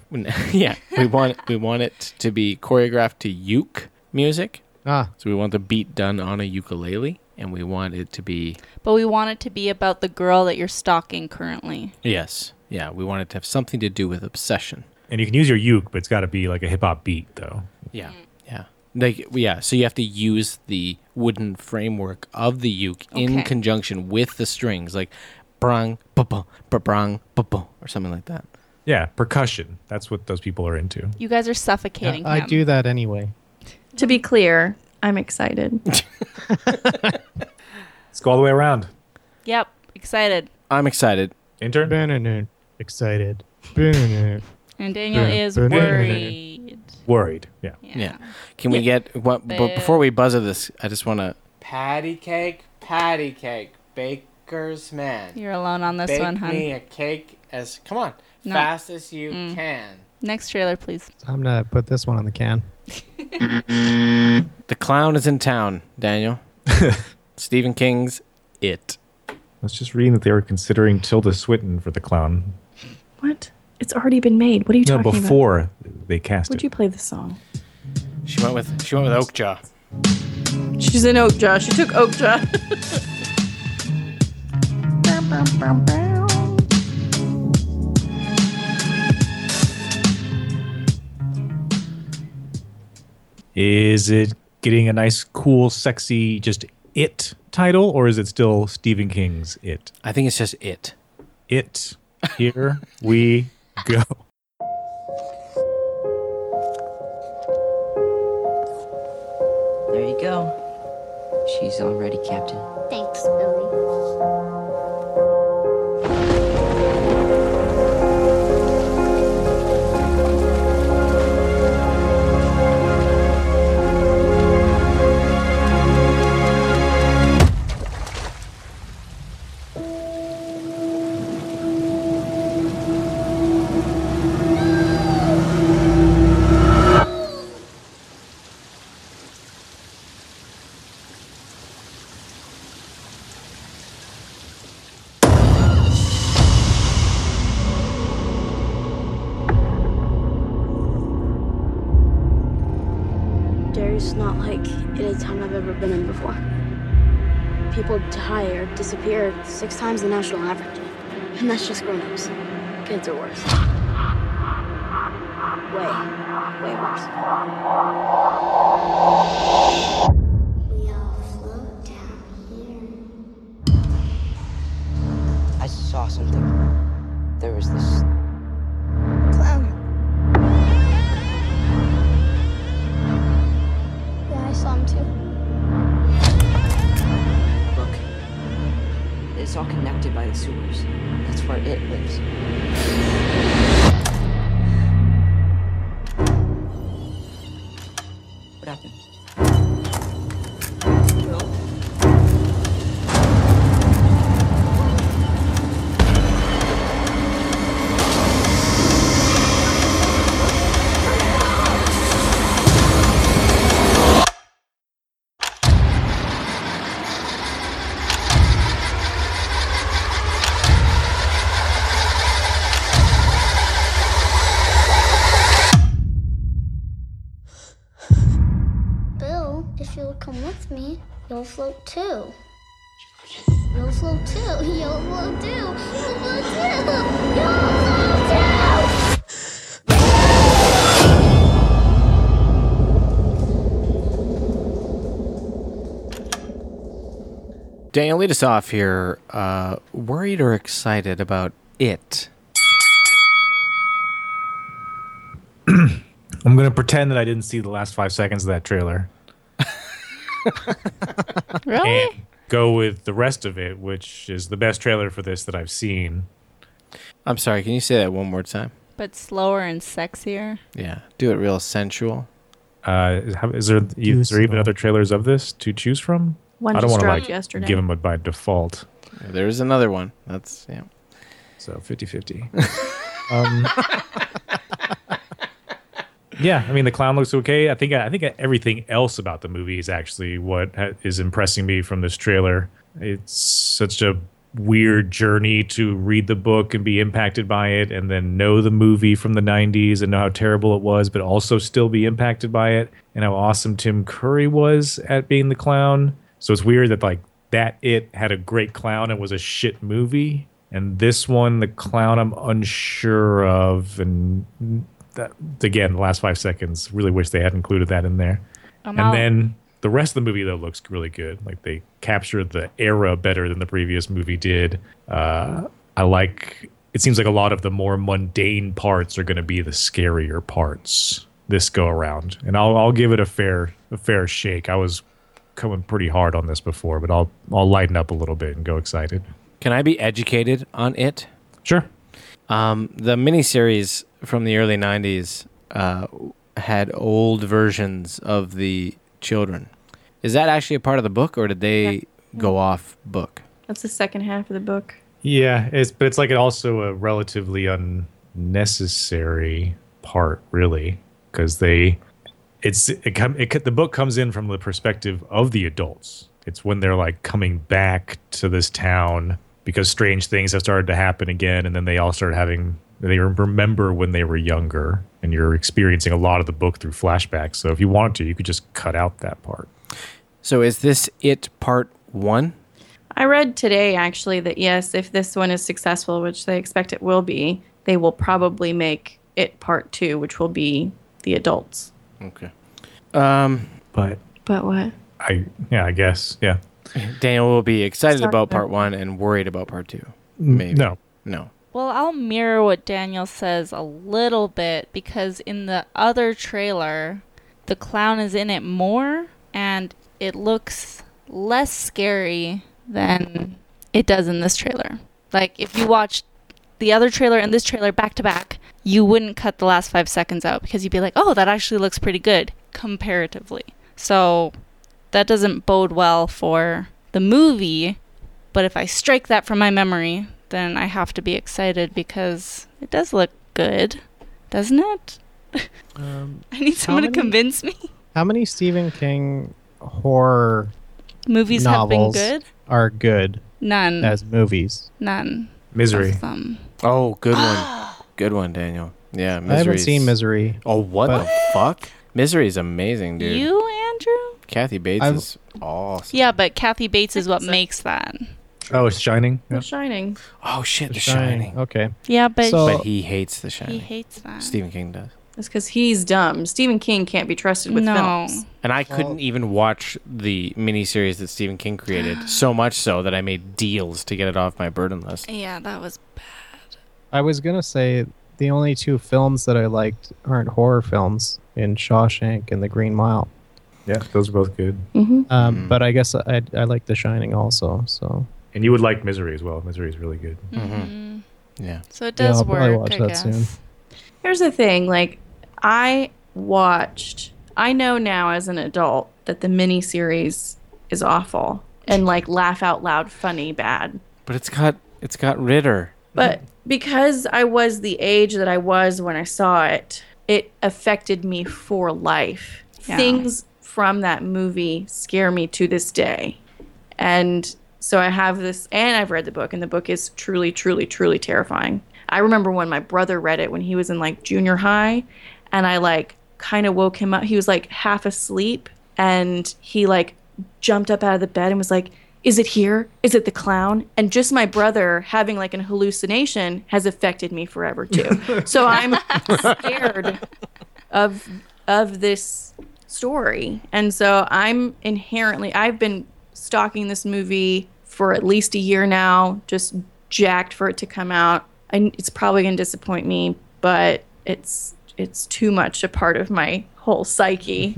yeah, we want we want it to be choreographed to uke music. Ah. So we want the beat done on a ukulele, and we want it to be But we want it to be about the girl that you're stalking currently. yes, yeah. We want it to have something to do with obsession. And you can use your uke, but it's got to be like a hip hop beat though. Yeah, Mm. yeah. Like yeah, so you have to use the wooden framework of the uke in Okay. conjunction with the strings, like brang ba ba brang ba ba or something like that. Yeah, percussion. That's what those people are into. You guys are suffocating I him. do that anyway. To be clear, I'm excited. Let's go all the way around. Yep, excited. I'm excited. Intern? Excited. Excited. And Daniel Yeah. is Yeah. worried. Worried. Yeah. Yeah. Can we get what? But Boo. before we buzzer this, I just want to. Patty cake, patty cake, baker's man. You're alone on this Bake one, hun. me a cake as come on No. Mm. fast as you can. Next trailer, please. I'm gonna put this one on the can. The clown is in town, Daniel. Stephen King's It. I was just reading that they were considering Tilda Swinton for the clown. What? It's already been made. What are you No, talking about? before they cast Would it. you play the song? She went with she went with Oakjaw. She's in Oakjaw. She took Oakjaw. Is it getting a nice, cool, sexy, just it title, or is it still Stephen King's It? I think it's just It. It. Here we go. There you go. She's all ready, Captain. Thanks, Billy. There's not like any town I've ever been in before. People die or disappear six times the national average. And that's just grown ups. Kids are worse. Way, way worse. I saw something. There was this Yeah, I saw him too. Look, it's all connected by the sewers. That's where it lives. What happened? Bill, if you'll come with me, you'll float too. You'll float too. You'll float too. You'll float too. You'll float too. Daniel, lead us off here. Uh, worried or excited about it? I'm going to pretend that I didn't see the last five seconds of that trailer. Oh. Really? Go with the rest of it, which is the best trailer for this that I've seen. I'm sorry. Can you say that one more time? But slower and sexier. Yeah. Do it real sensual. Uh, is- how- is there is there even other trailers of this to choose from? One I don't just wanna, dropped like yesterday. give them a by default. There is another one. That's yeah. So 50-50. um, yeah, I mean the clown looks okay. I think I think everything else about the movie is actually what ha- is impressing me from this trailer. It's such a weird journey to read the book and be impacted by it and then know the movie from the 90s and know how terrible it was but also still be impacted by it and how awesome Tim Curry was at being the clown. So it's weird that like that it had a great clown and was a shit movie and this one the clown I'm unsure of and that again the last 5 seconds really wish they had included that in there. I'm and out. then the rest of the movie though looks really good. Like they captured the era better than the previous movie did. Uh, I like. It seems like a lot of the more mundane parts are going to be the scarier parts this go around, and I'll I'll give it a fair a fair shake. I was coming pretty hard on this before, but I'll I'll lighten up a little bit and go excited. Can I be educated on it? Sure. Um, the miniseries from the early 90s uh, had old versions of the children. Is that actually a part of the book, or did they go off book? That's the second half of the book. Yeah, it's but it's like it also a relatively unnecessary part, really, because they, it's it come it co- the book comes in from the perspective of the adults. It's when they're like coming back to this town because strange things have started to happen again, and then they all start having they remember when they were younger, and you're experiencing a lot of the book through flashbacks. So if you wanted to, you could just cut out that part. So is this it part one? I read today actually that yes, if this one is successful, which they expect it will be, they will probably make it part two, which will be the adults. Okay. Um, but But what? I yeah, I guess yeah. Daniel will be excited Sorry. about part one and worried about part two. Mm, Maybe no. no. Well, I'll mirror what Daniel says a little bit because in the other trailer, the clown is in it more and it looks less scary than it does in this trailer. Like, if you watched the other trailer and this trailer back to back, you wouldn't cut the last five seconds out because you'd be like, oh, that actually looks pretty good comparatively. So, that doesn't bode well for the movie, but if I strike that from my memory, then I have to be excited because it does look good, doesn't it? I need someone to many- convince me. How many Stephen King horror Movies have been novels good? Are good None. as movies. None. Misery. Um, Oh, good one. good one, Daniel. Yeah, I haven't seen Misery. Oh, what but- the fuck? Misery is amazing, dude. you, Andrew? Kathy Bates I've- is awesome. Yeah, but Kathy Bates is what makes that. Oh, it's Shining. The Shining. Oh shit, The, Shining. Oh. Shining. Okay. Yeah, but So- but he hates The Shining. hates that. Stephen King does. That's because he's dumb. Stephen King can't be trusted with No. films. And I couldn't even watch the miniseries that Stephen King created, so much so that I made deals to get it off my burden list. Yeah, that was. I was gonna say the only two films that I liked aren't horror films in Shawshank and The Green Mile. Yeah, those are both good. Mm-hmm. Um, Hmm. But I guess I, I like The Shining also. So And you would like Misery as well. Misery is really good. Mhm. Yeah. So it Yeah, does I'll probably work, watch I that guess. soon. Here's the thing like, I watched, I know now as an adult that the miniseries is awful and like laugh out loud funny bad. But it's got it's got Ritter. But because I was the age that I was when I saw it, it affected me for life. Yeah. Things from that movie scare me to this day. And so I have this, and I've read the book, and the book is truly, truly, truly terrifying. I remember when my brother read it when he was in like junior high, and I like kind of woke him up. He was like half asleep, and he like jumped up out of the bed and was like, Is it here? Is it the clown? And just my brother having like an hallucination has affected me forever too. so I'm scared of of this story. And so I'm inherently I've been stalking this movie for at least a year now, just jacked for it to come out. And it's probably going to disappoint me, but it's it's too much a part of my whole psyche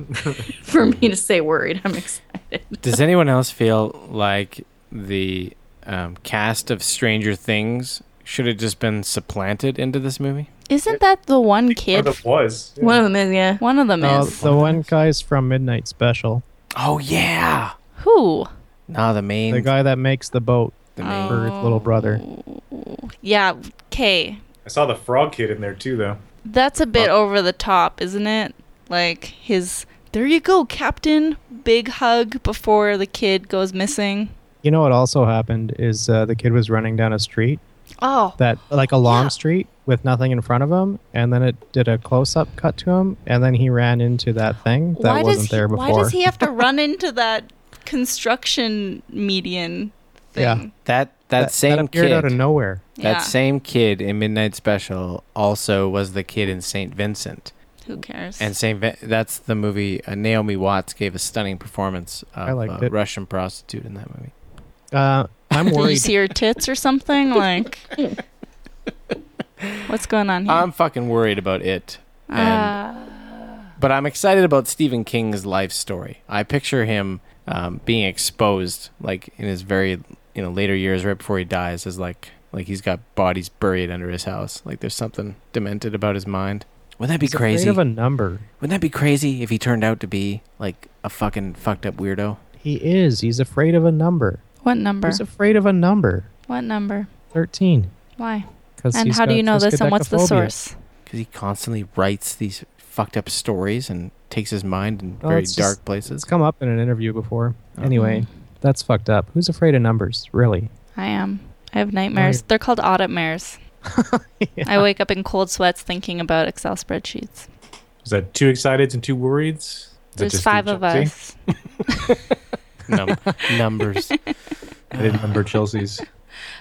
for me to say worried. I'm excited. Does anyone else feel like the um, cast of Stranger Things should have just been supplanted into this movie? Isn't that the one kid? was. One of them is yeah. One of them No, is. Uh, the one guy's from Midnight Special. Oh yeah. Who? Nah, the main The guy that makes the boat the main for his little brother. Oh. Yeah, Kay. I saw the frog kid in there too, though. That's a Uh, bit over the top, isn't it? Like his there you go, Captain. Big hug before the kid goes missing. You know what also happened is uh, the kid was running down a street Oh. that like a long street with nothing in front of him, and then it did a close up cut to him, and then he ran into that thing that why wasn't does there he, before. Why does he have to run into that construction median thing? Yeah. That that, same appeared kid out of nowhere. Yeah. That same kid in Midnight Special also was the kid in St. Vincent. Who cares? And St. Vin- that's the movie uh, Naomi Watts gave a stunning performance of I liked a it. Russian prostitute in that movie. Uh, I'm Did you worried. see her tits or something? Like what's going on here? Um, I'm fucking worried about it. And, Uh, but I'm excited about Stephen King's life story. I picture him um, being exposed like in his very you know later years right before he dies as like like he's got bodies buried under his house. Like there's something demented about his mind. Wouldn't that be He's afraid crazy? of a number. Wouldn't that be crazy if he turned out to be like a fucking fucked up weirdo? He is. He's afraid of a number. what number? He's afraid of a number. What number? Thirteen. Why? 'Cause And he's how do got you know this? And what's the triskaidekaphobia. source? Because he constantly writes these fucked up stories and takes his mind in Well, very it's just- dark places. It's come up Oh. in an interview before. Anyway, that's fucked up. Who's afraid of numbers? Really? I am. I have nightmares. They're called audit mares. I wake up in cold sweats thinking about Excel spreadsheets. Is that two excited and two worrieds? Is that There's just five you, of Chelsea? us. Num- numbers. I didn't remember Chelsea's.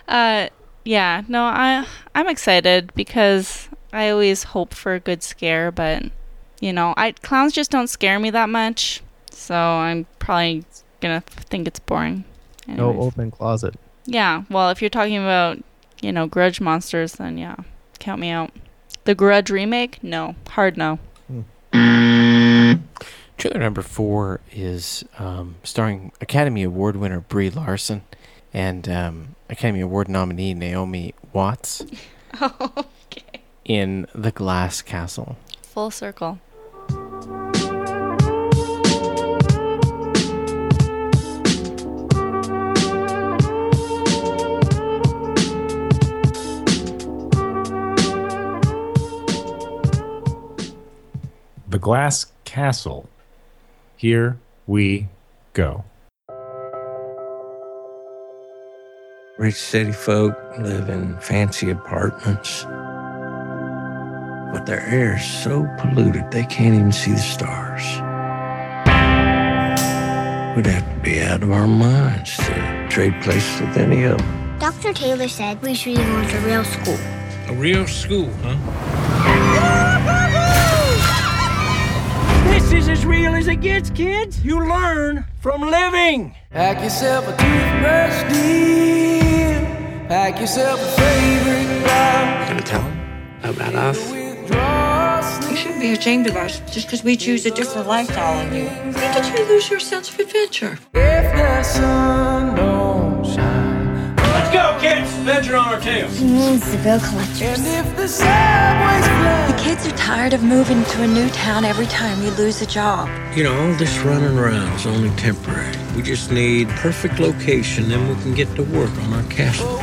Uh, yeah, no, I I'm excited because I always hope for a good scare, but you know, I clowns just don't scare me that much, so I'm probably gonna think it's boring. No Anyways. open closet. Yeah, well, if you're talking about you know Grudge monsters, then yeah, count me out. The Grudge remake, no, hard no. Trailer number four is um, starring Academy Award winner Brie Larson and um, Academy Award nominee Naomi Watts in The Glass Castle. Full circle. The Glass Castle. Here we go. Rich city folk live in fancy apartments, but their air is so polluted they can't even see the stars. We'd have to be out of our minds to trade places with any of them. Dr. Taylor said we should go to real school. A real school, huh? This is as real as it gets, kids. You learn from living. Pack yourself a toothbrush, dear. Pack yourself a favorite You gonna tell them about us? You shouldn't be ashamed of us just because we choose a different lifestyle than you. When did you lose your sense of adventure? If the sun don't shine. Let's go, kids. Venture on our tails. He means the bill collectors. The kids are tired of moving to a new town every time you lose a job. You know, all this running around is only temporary. We just need perfect location, then we can get to work on our castle.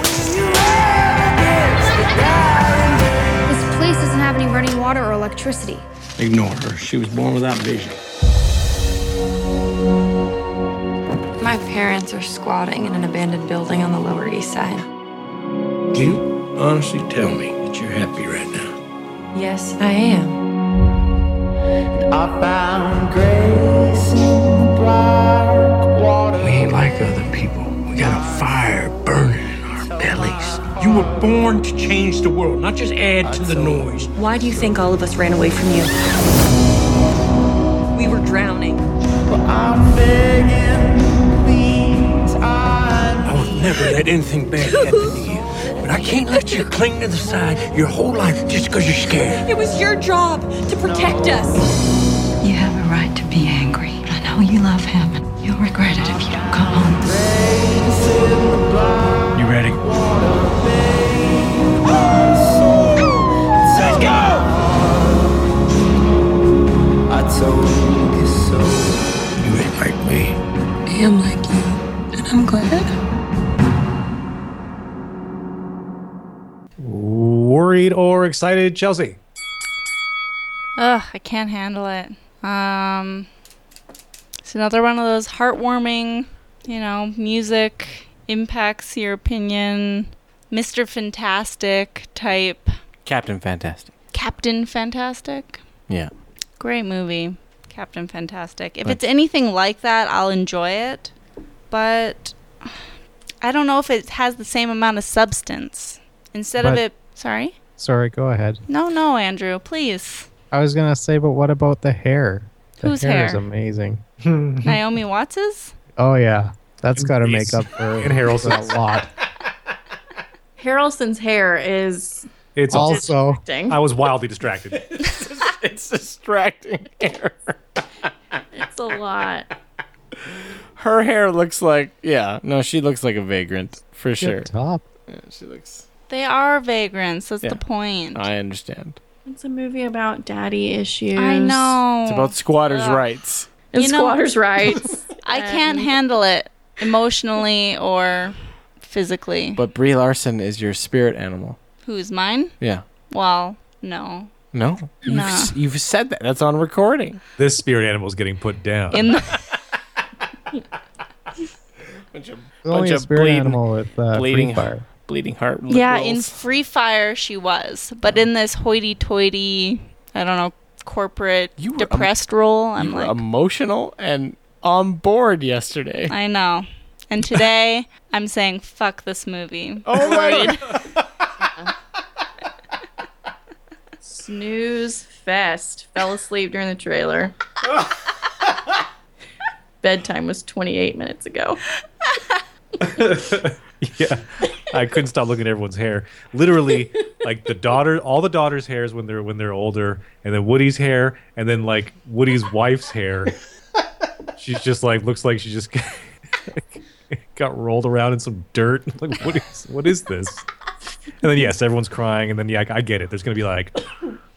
This place doesn't have any running water or electricity. Ignore her. She was born without vision. My parents are squatting in an abandoned building on the Lower East Side. Do you honestly tell me that you're happy right now? Yes, I am. I found grace in the black water. We ain't like other people. We got a fire burning in our bellies. You were born to change the world, not just add to the noise. Why do you think all of us ran away from you? We were drowning. I'm begging these eyes. I would never let anything bad happen to you. But I can't let you cling to the side your whole life just because you're scared. It was your job to protect us. You have a right to be angry. I know you love him. You'll regret it if you don't come home. You ready? Let's go! I told you so. You ain't like me. I am like you, and I'm glad. Worried or excited, Chelsea? Ugh, I can't handle it. Um, it's another one of those heartwarming, you know, music impacts your opinion, Mr. Fantastic type, Captain Fantastic. Captain Fantastic. Yeah. Great movie, Captain Fantastic. If Thanks. it's anything like that, I'll enjoy it, but I don't know if it has the same amount of substance. Instead of But- it, sorry. Sorry, go ahead. No, no, Andrew, please. I was gonna say, but what about the hair? The Whose is hair? amazing. Naomi Watts's? oh yeah, that's got to make up for And Harrelson's. for a lot. Harrelson's hair is It's also. Distracting. I was wildly distracted. it's distracting hair. it's a lot. Her hair looks like, yeah, no, she looks like a vagrant for sure. Top. Yeah, she looks. They are vagrants. That's Yeah. the point. I understand. It's a movie about daddy issues. I know. It's about squatters' Ugh. rights. And You know- squatters' rights. I can't handle it emotionally or physically. But Brie Larson is your spirit animal. Who's mine? Yeah. Well, no. No. You've, Nah. s- you've said that. That's on recording. This spirit animal is getting put Uh, down. In the- bunch of, There's only a spirit animal with uh, free fire. bleeding heart. yeah, liberals. in Free Fire she was, but in this hoity-toity, I don't know, corporate depressed role, I'm You were like, emotional and on board yesterday. I know. And today I'm saying, fuck this movie. Oh my Worried. Snooze fest. Fell asleep during the trailer. Bedtime was 28 minutes ago. yeah. I couldn't stop looking at everyone's hair. Literally, like the daughter, all the daughter's hairs when they're when they're older, and then Woody's hair, and then like Woody's wife's hair. She's just like looks like she just got rolled around in some dirt. Like what is what is this? And then yes, everyone's crying, and then yeah, I, I get it. There's gonna be like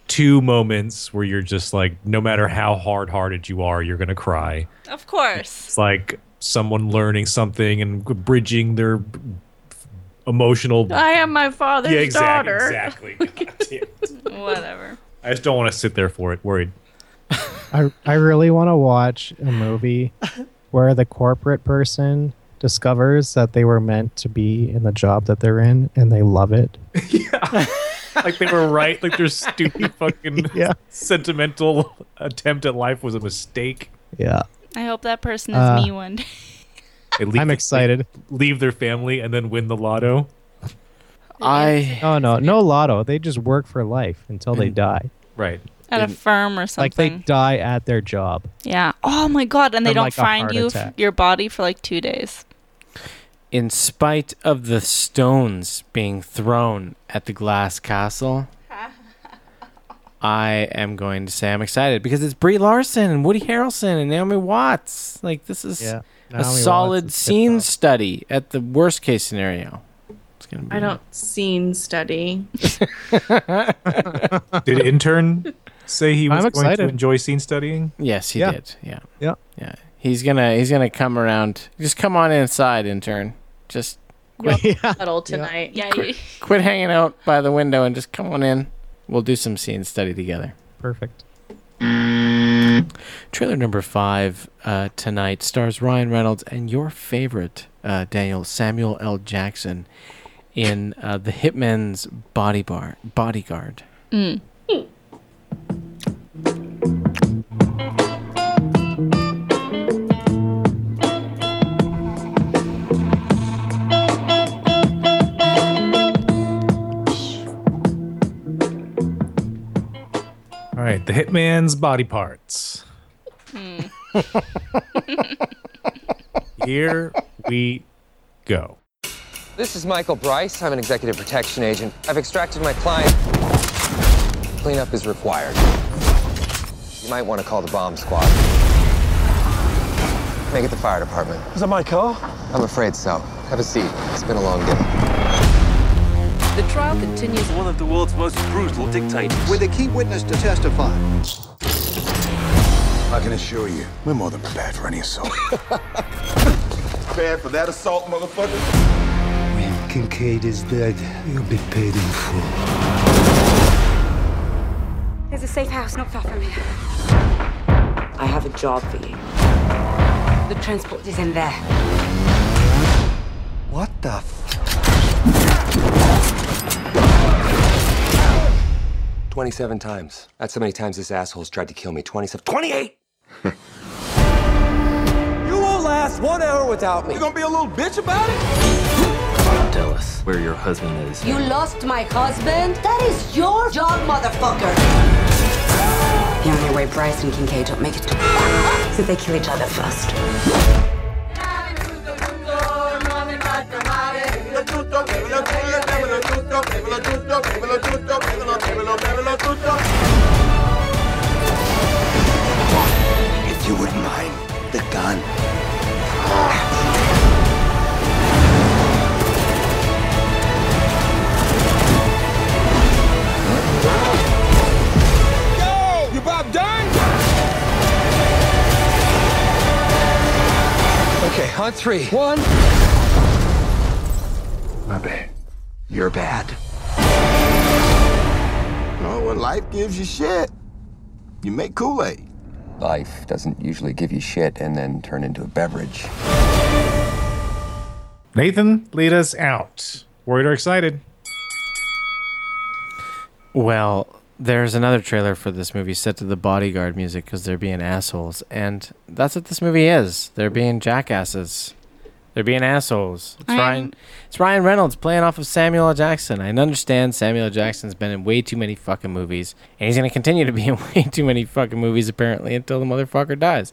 two moments where you're just like, no matter how hard hearted you are, you're gonna cry. of course. It's like someone learning something and bridging their emotional. I am my father's Yeah, exact- daughter. exactly. Whatever. I just don't want to sit there for it, worried. I, I really want to watch a movie where the corporate person discovers that they were meant to be in the job that they're in and they love it. Like they were right. Like their stupid fucking Yeah. sentimental attempt at life was a mistake. Yeah. I hope that person is Uh, me one day. They leave, I'm excited. Leave their family and then win the lotto. I Oh no, no lotto. They just work for life until they die. Right. At a firm or Like they something. die at their job. yeah. Oh my god, and they From, don't like, a find heart you attack. your body for like 2 days. in spite of the stones being thrown at the glass castle, I am going to say I'm excited because it's Brie Larson and Woody Harrelson and Naomi Watts. Like this is Yeah, a Naomi solid scene study at the worst case scenario. It's gonna be I don't scene study. Did intern say he was I'm going to excited. enjoy scene studying? Yes, he Yeah. did. Yeah. Yeah. Yeah. He's gonna he's gonna come around. Just come on inside, intern. Just quit, Huddle tonight. Yeah. quit, quit hanging out by the window and just come on in. We'll do some scene study together. Perfect. Trailer number five uh, tonight stars Ryan Reynolds and your favorite uh, Daniel Samuel L. Jackson in uh, the Hitman's Body Bar Bodyguard. Mm. All right, the hitman's body parts. Hmm. Here we go. This is Michael Bryce. I'm an executive protection agent. I've extracted my client. Cleanup is required. You might want to call the bomb squad. Make it the fire department. Is that my car? I'm afraid so. Have a seat. It's been a long day. The trial continues. One of the world's most brutal dictators. With a key witness to testify. I can assure you, we're more than prepared for any assault. Bad for that assault, motherfucker. Kincaid is dead. You'll be paid in full. There's a safe house not far from here. I have a job for you. The transport is in there. What the f- 27 times. That's how many times this asshole's tried to kill me. 27. 28! you won't last one hour without me. You gonna be a little bitch about it? Tell us where your husband is. You lost my husband? That is your job, motherfucker. The only way Bryce and Kincaid don't make it is if they kill each other first. If you wouldn't mind, the gun. Yo! You Bob Dine? Okay, on three. One. My bad. You're bad. No, when Oh, life gives you shit, you make Kool-Aid. Life doesn't usually give you shit and then turn into a beverage. Nathan, lead us out. Worried or excited? Well, there's another trailer for this movie set to the bodyguard music because they're being assholes. And that's what this movie is. They're being jackasses. They're being assholes. It's I'm- Ryan It's Ryan Reynolds playing off of Samuel L. Jackson. I understand Samuel L. Jackson's been in way too many fucking movies. And he's gonna continue to be in way too many fucking movies apparently until the motherfucker dies.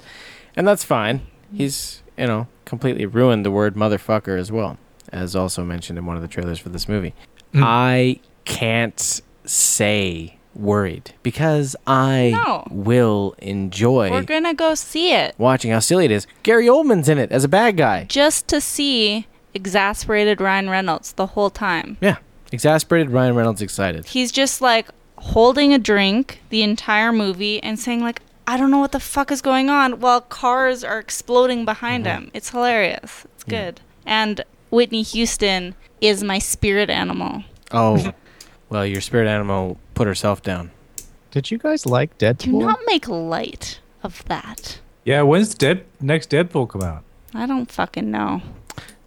And that's fine. He's you know, completely ruined the word motherfucker as well, as also mentioned in one of the trailers for this movie. I can't say worried because I No. will enjoy We're gonna go see it watching how silly it is. Gary Oldman's in it as a bad guy. just to see exasperated Ryan Reynolds the whole time. Yeah. Exasperated Ryan Reynolds excited. He's just like holding a drink the entire movie and saying like, "I don't know what the fuck is going on," while cars are exploding behind Mm-hmm. him. It's hilarious. It's Yeah. good. And Whitney Houston is my spirit animal. Oh. well, your spirit animal put herself down. Did you guys like Deadpool? Do not make light of that. Yeah, when's Dead next Deadpool come out? I don't fucking know.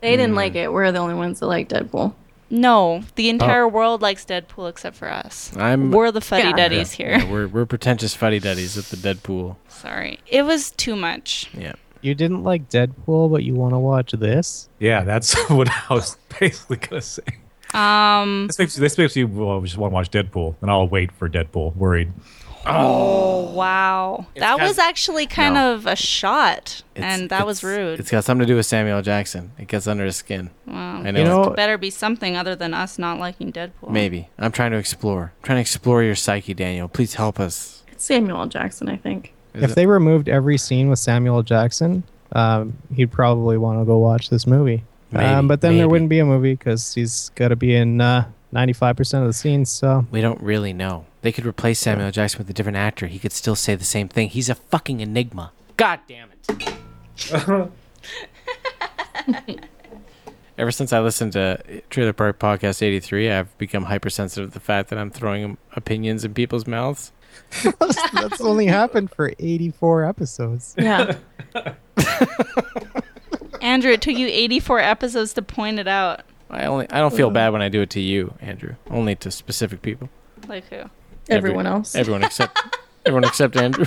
They Mm. didn't like it. We're the only ones that like Deadpool. No, Oh. the entire world likes Deadpool except for us. I'm We're the fuddy duddies Yeah, here. yeah, we're we're pretentious fuddy duddies at the Deadpool. Sorry. It was too much. Yeah. You didn't like Deadpool, but you want to watch this? Yeah, that's what I was basically gonna say. Um This makes this makes you well, we just want to watch Deadpool, and I'll wait for Deadpool. Worried. Oh wow, that got- was actually kind No. of a shot, It's- and that was it's- rude. It's got something to do with Samuel L. Jackson. It gets under his skin. wow, I It know. better be something other than us not liking Deadpool. Oh. Maybe. I'm trying to explore. I'm trying to explore your psyche, Daniel. Please help us. It's Samuel L. Jackson, I think. Is if it- they removed every scene with Samuel L. Jackson, um, he'd probably want to go watch this movie. Maybe, um, but then maybe. there wouldn't be a movie because he's got to be in uh, 95% of the scenes. So We don't really know. They could replace Samuel L. Jackson with a different actor. He could still say the same thing. He's a fucking enigma. God damn it. Ever since I listened to Trailer Park Podcast 83, I've become hypersensitive to the fact that I'm throwing opinions in people's mouths. that's only happened for 84 episodes. Yeah. Andrew, it took you 84 episodes to point it out. I only I don't feel bad when I do it to you, Andrew. Only to specific people. Like who? Every- Everyone else. Everyone except everyone except Andrew.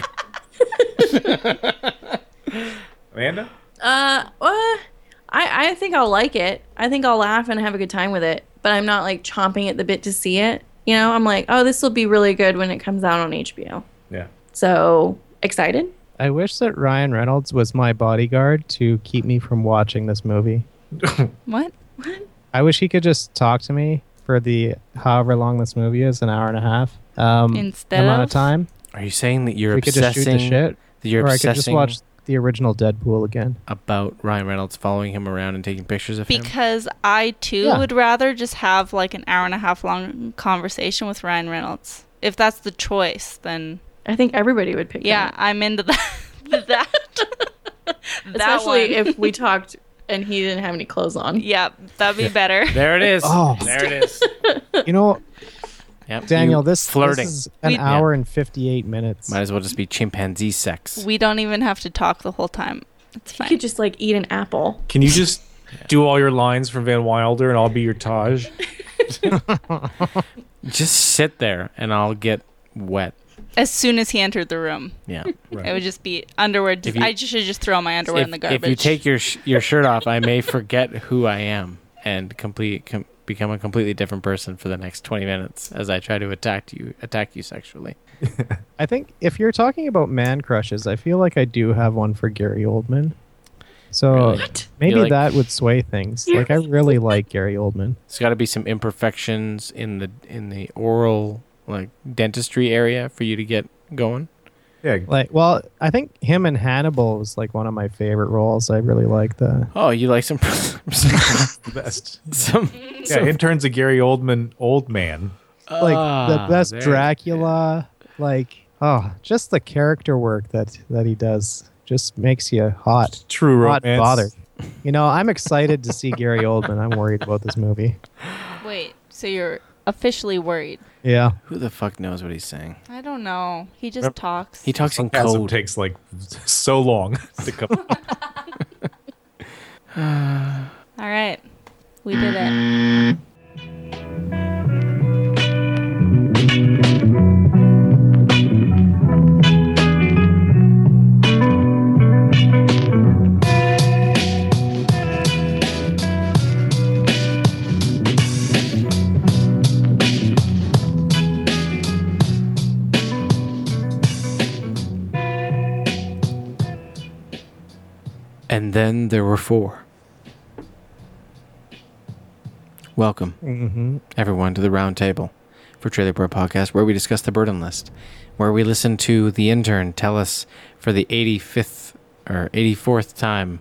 Amanda? Uh, uh I I think I'll like it. I think I'll laugh and have a good time with it. But I'm not like chomping at the bit to see it. You know, I'm like, oh, this will be really good when it comes out on HBO. Yeah. So excited. I wish that Ryan Reynolds was my bodyguard to keep me from watching this movie. What? I wish he could just talk to me for the however long this movie is an hour and a half um, Instead amount of? of time. Are you saying that you're we could just obsessing shoot the shit. that you're or I could just obsessing watch the original Deadpool again. about Ryan Reynolds following him around and taking pictures of him? Because I too Yeah. would rather just have like an hour and a half long conversation with Ryan Reynolds. If that's the choice, then I think everybody would pick. yeah, that. I'm into that. that. that Especially one. if we talked and he didn't have any clothes on. Yeah, that'd be better. There it is. Oh. There it is. You know, Yep. Daniel, You this, flirting. this is an hour and 58 minutes. Might as well just be chimpanzee sex. We don't even have to talk the whole time. It's fine. You could just like eat an apple. Can you just do all your lines from Van Wilder, and I'll be your Taj? Just sit there and I'll get wet. As soon as he entered the room. Yeah. It would just be underwear. If you- I just should just throw my underwear if, in the if garbage. you take your sh- your shirt off, I may forget who I am and complete com- become a completely different person for the next 20 minutes as I try to attack you attack you sexually. I think if you're talking about man crushes, I feel like I do have one for Gary Oldman. So maybe You like- that would sway things. Like I really like Gary Oldman. There's got to be some imperfections in the in the oral like dentistry area for you to get going. Yeah. Like well, I think him and Hannibal was like one of my favorite roles. I really like that. Oh, you like some the best. Some Yeah, interns a Gary Oldman old man. Like Ah, the best there- Dracula. Like oh, just the character work that that he does just makes you hot. True hot romance. bother. You know, I'm excited to see Gary Oldman. I'm worried about this movie. Wait, so you're officially worried? Yeah. Who the fuck knows what he's saying? I don't know. He just Rep- talks. He talks in Sarcasm code. takes like so long to come. All right, we did it. And then there were four. Welcome, Mhm. everyone, to the round table for Trailer Park Podcast, where we discuss the burden list, where we listen to the intern tell us for the 85th or 84th time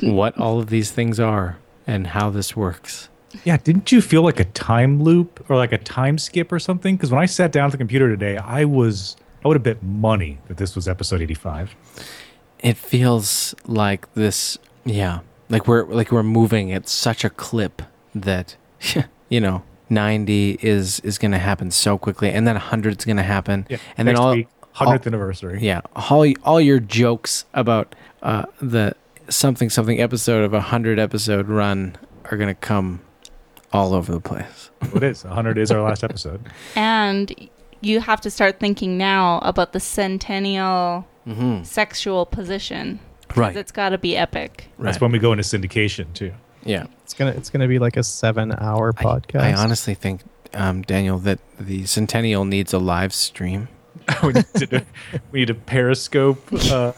what all of these things are and how this works. Yeah, didn't you feel like a time loop or like a time skip or something? Because when I sat down at the computer today, I was I would have bet money that this was episode eighty five. It feels like this, yeah, like we're like we're moving at such a clip that you know 90 is is going to happen so quickly, and then 100 is going to happen, Yeah, and then next all week, 100th anniversary. Yeah, all all your jokes about uh, the something something episode of a 100 episode run are going to come all over the place. It is hundred is our last episode. And you have to start thinking now about the centennial Mm-hmm. Mhm. sexual position. 'Cause Right. It's got to be epic. That's when we go into syndication too. Yeah. It's gonna it's gonna be like a seven hour podcast. I honestly think, um, Daniel, that the Centennial needs a live stream. We need a Periscope. Uh,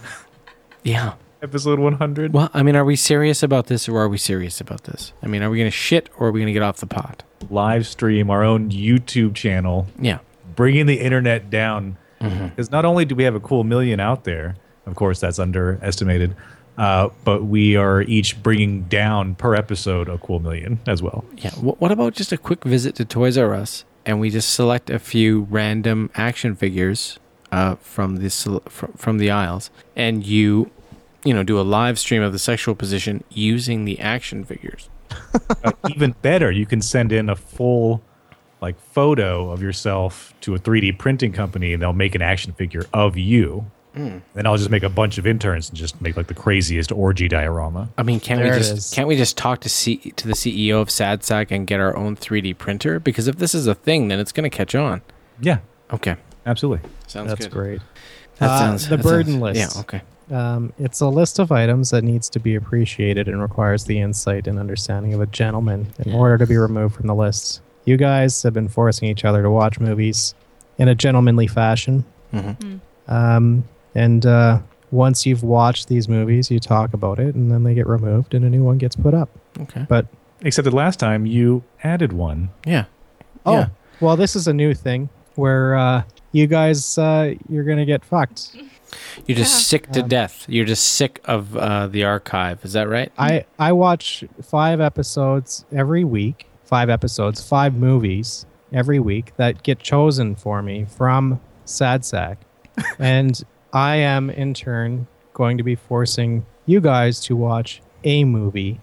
yeah. Episode one hundred. Well, I mean, are we serious about this or are we serious about this? I mean, are we going to shit or are we going to get off the pot? Live stream our own YouTube channel. Yeah. bringing the internet down. Because Mhm. not only do we have a cool million out there, of course that's underestimated, uh, but we are each bringing down per episode a cool million as well. Yeah. Wh- what about just a quick visit to Toys R Us and we just select a few random action figures uh, from the sel- fr- from the aisles, and you, you know, do a live stream of the sexual position using the action figures. Uh, even better, you can send in a full like photo of yourself to a 3D printing company, and they'll make an action figure of you. Mm. Then I'll just make a bunch of interns and just make like the craziest orgy diorama. I mean, can't There it we is. just can't we just talk to C- to the CEO of SadSac and get our own 3D printer? Because if this is a thing, then it's going to catch on. Yeah. Okay. Absolutely. Sounds That's good. great. That Uh, sounds the that burden sounds- list. Yeah. Okay. Um, it's a list of items that needs to be appreciated and requires the insight and understanding of a gentleman in order to be removed from the list. You guys have been forcing each other to watch movies in a gentlemanly fashion. Mm-hmm. Um, and uh, once you've watched these movies, you talk about it, and then they get removed, and a new one gets put up. Okay. But Except that last time you added one. Yeah. oh, Yeah. well, this is a new thing where uh, you guys uh, you're gonna get fucked. You're just sick to death. You're just sick of uh, the archive. Is that right? I I watch five episodes every week. Five episodes, five movies every week that get chosen for me from SadSac, and I am in turn going to be forcing you guys to watch a movie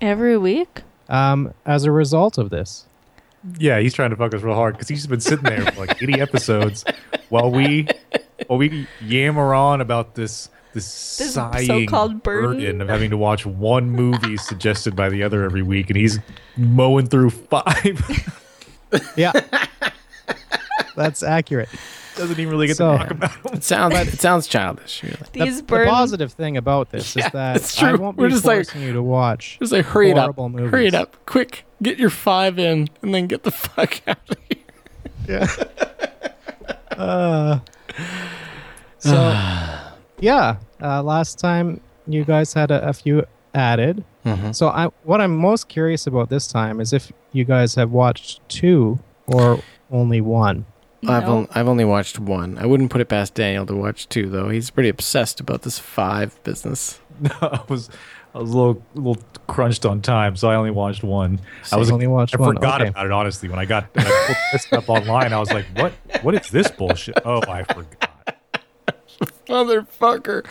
Every week? um, as a result of this. Yeah, he's trying to fuck us real hard because he's been sitting there for like 80 episodes while we while we yammer on about this this, This sighing so-called burden. burden. of having to watch one movie suggested by the other every week, and he's mowing through five. Yeah, that's accurate. Doesn't even really get So- to talk about. It sounds it sounds childish. Really. The- the, positive thing about this Yeah, is that it's true. I won't be We're just like- forcing you to watch. Just like hurry it up, horrible movies. hurry it up, quick, get your five in, and then get the fuck out of here. Uh, so yeah, uh, last time you guys had a, a few added. Mhm. So I, what I'm most curious about this time is if you guys have watched two or only one. I've on, I've only watched one. I wouldn't put it past Daniel to watch two though. He's pretty obsessed about this five business. I was I was a little a little crunched on time, so I only watched one. So I was you only watched I one, forgot okay. about it honestly when I got when I pulled this up online. I was like, what What is this bullshit? Oh, I forgot. Motherfucker.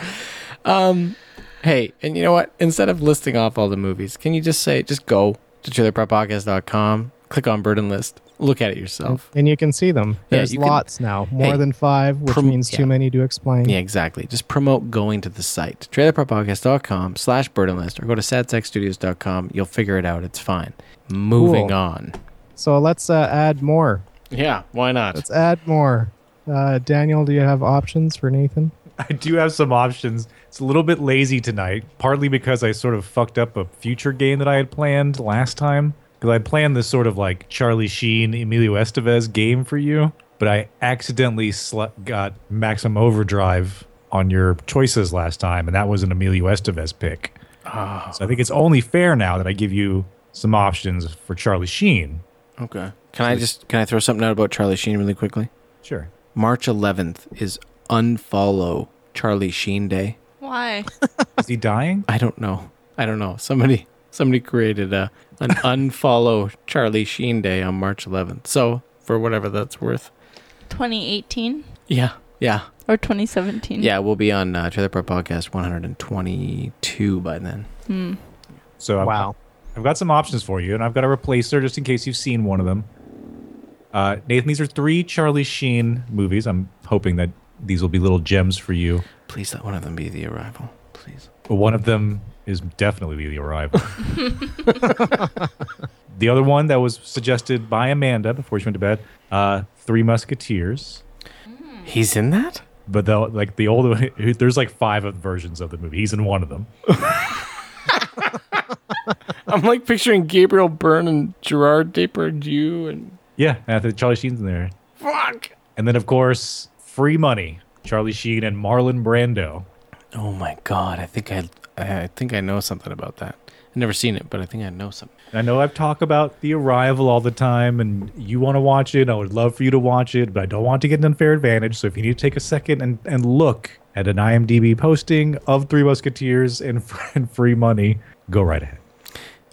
Um, hey, and you know what? Instead of listing off all the movies, can you just say just go to trailerparkpodcast.com, click on burden list, look at it yourself. And you can see them. Yeah, There's you can- lots now, more Hey, than five, which prom- means yeah. too many to explain. Yeah, exactly. Just promote going to the site, trailerparkpodcast.com slash burden list, or go to sadsexstudios.com. You'll figure it out. It's fine. Moving Cool. on. So let's uh, add more. Yeah, why not? Let's add more. Uh, Daniel, do you have options for Nathan? I do have some options. It's a little bit lazy tonight, partly because I sort of fucked up a future game that I had planned last time. Because I planned this sort of like Charlie Sheen, Emilio Estevez game for you, but I accidentally sl- got Maximum Overdrive on your choices last time, and that was an Emilio Estevez pick. So I think it's only fair now that I give you some options for Charlie Sheen. Okay. Can I just can I throw something out about Charlie Sheen really quickly? Sure. March 11th is unfollow Charlie Sheen Day. Why? Is he dying? I don't know. I don't know. Somebody somebody created a an unfollow Charlie Sheen Day on March 11th. So for whatever that's worth. 2018 Yeah. Yeah. or 2017? Yeah, we'll be on uh, Trailer Park Podcast 122 by then. Hmm. So wow, I've got some options for you, and I've got a replacer just in case you've seen one of them. Uh, Nathan, these are three Charlie Sheen movies. I'm hoping that these will be little gems for you. Please let one of them be The Arrival. Please. But one of them is definitely The Arrival. the other one that was suggested by Amanda before she went to bed, uh, Three Musketeers. He's in that. But the, like the old one, there's like five of versions of the movie. He's in one of them. I'm like picturing Gabriel Byrne and Gerard Depardieu and Yeah, and I think Charlie Sheen's in there. fuck. And then, of course, Free Money, Charlie Sheen and Marlon Brando. Oh my god, I think I I I think I know something about that. I've never seen it, but I think I know something. I know I've talked about The Arrival all the time, and you want to watch it. I would love for you to watch it, but I don't want to get an unfair advantage. So if you need to take a second and, and look at an IMDb posting of Three Musketeers and, and Free Money, go right ahead.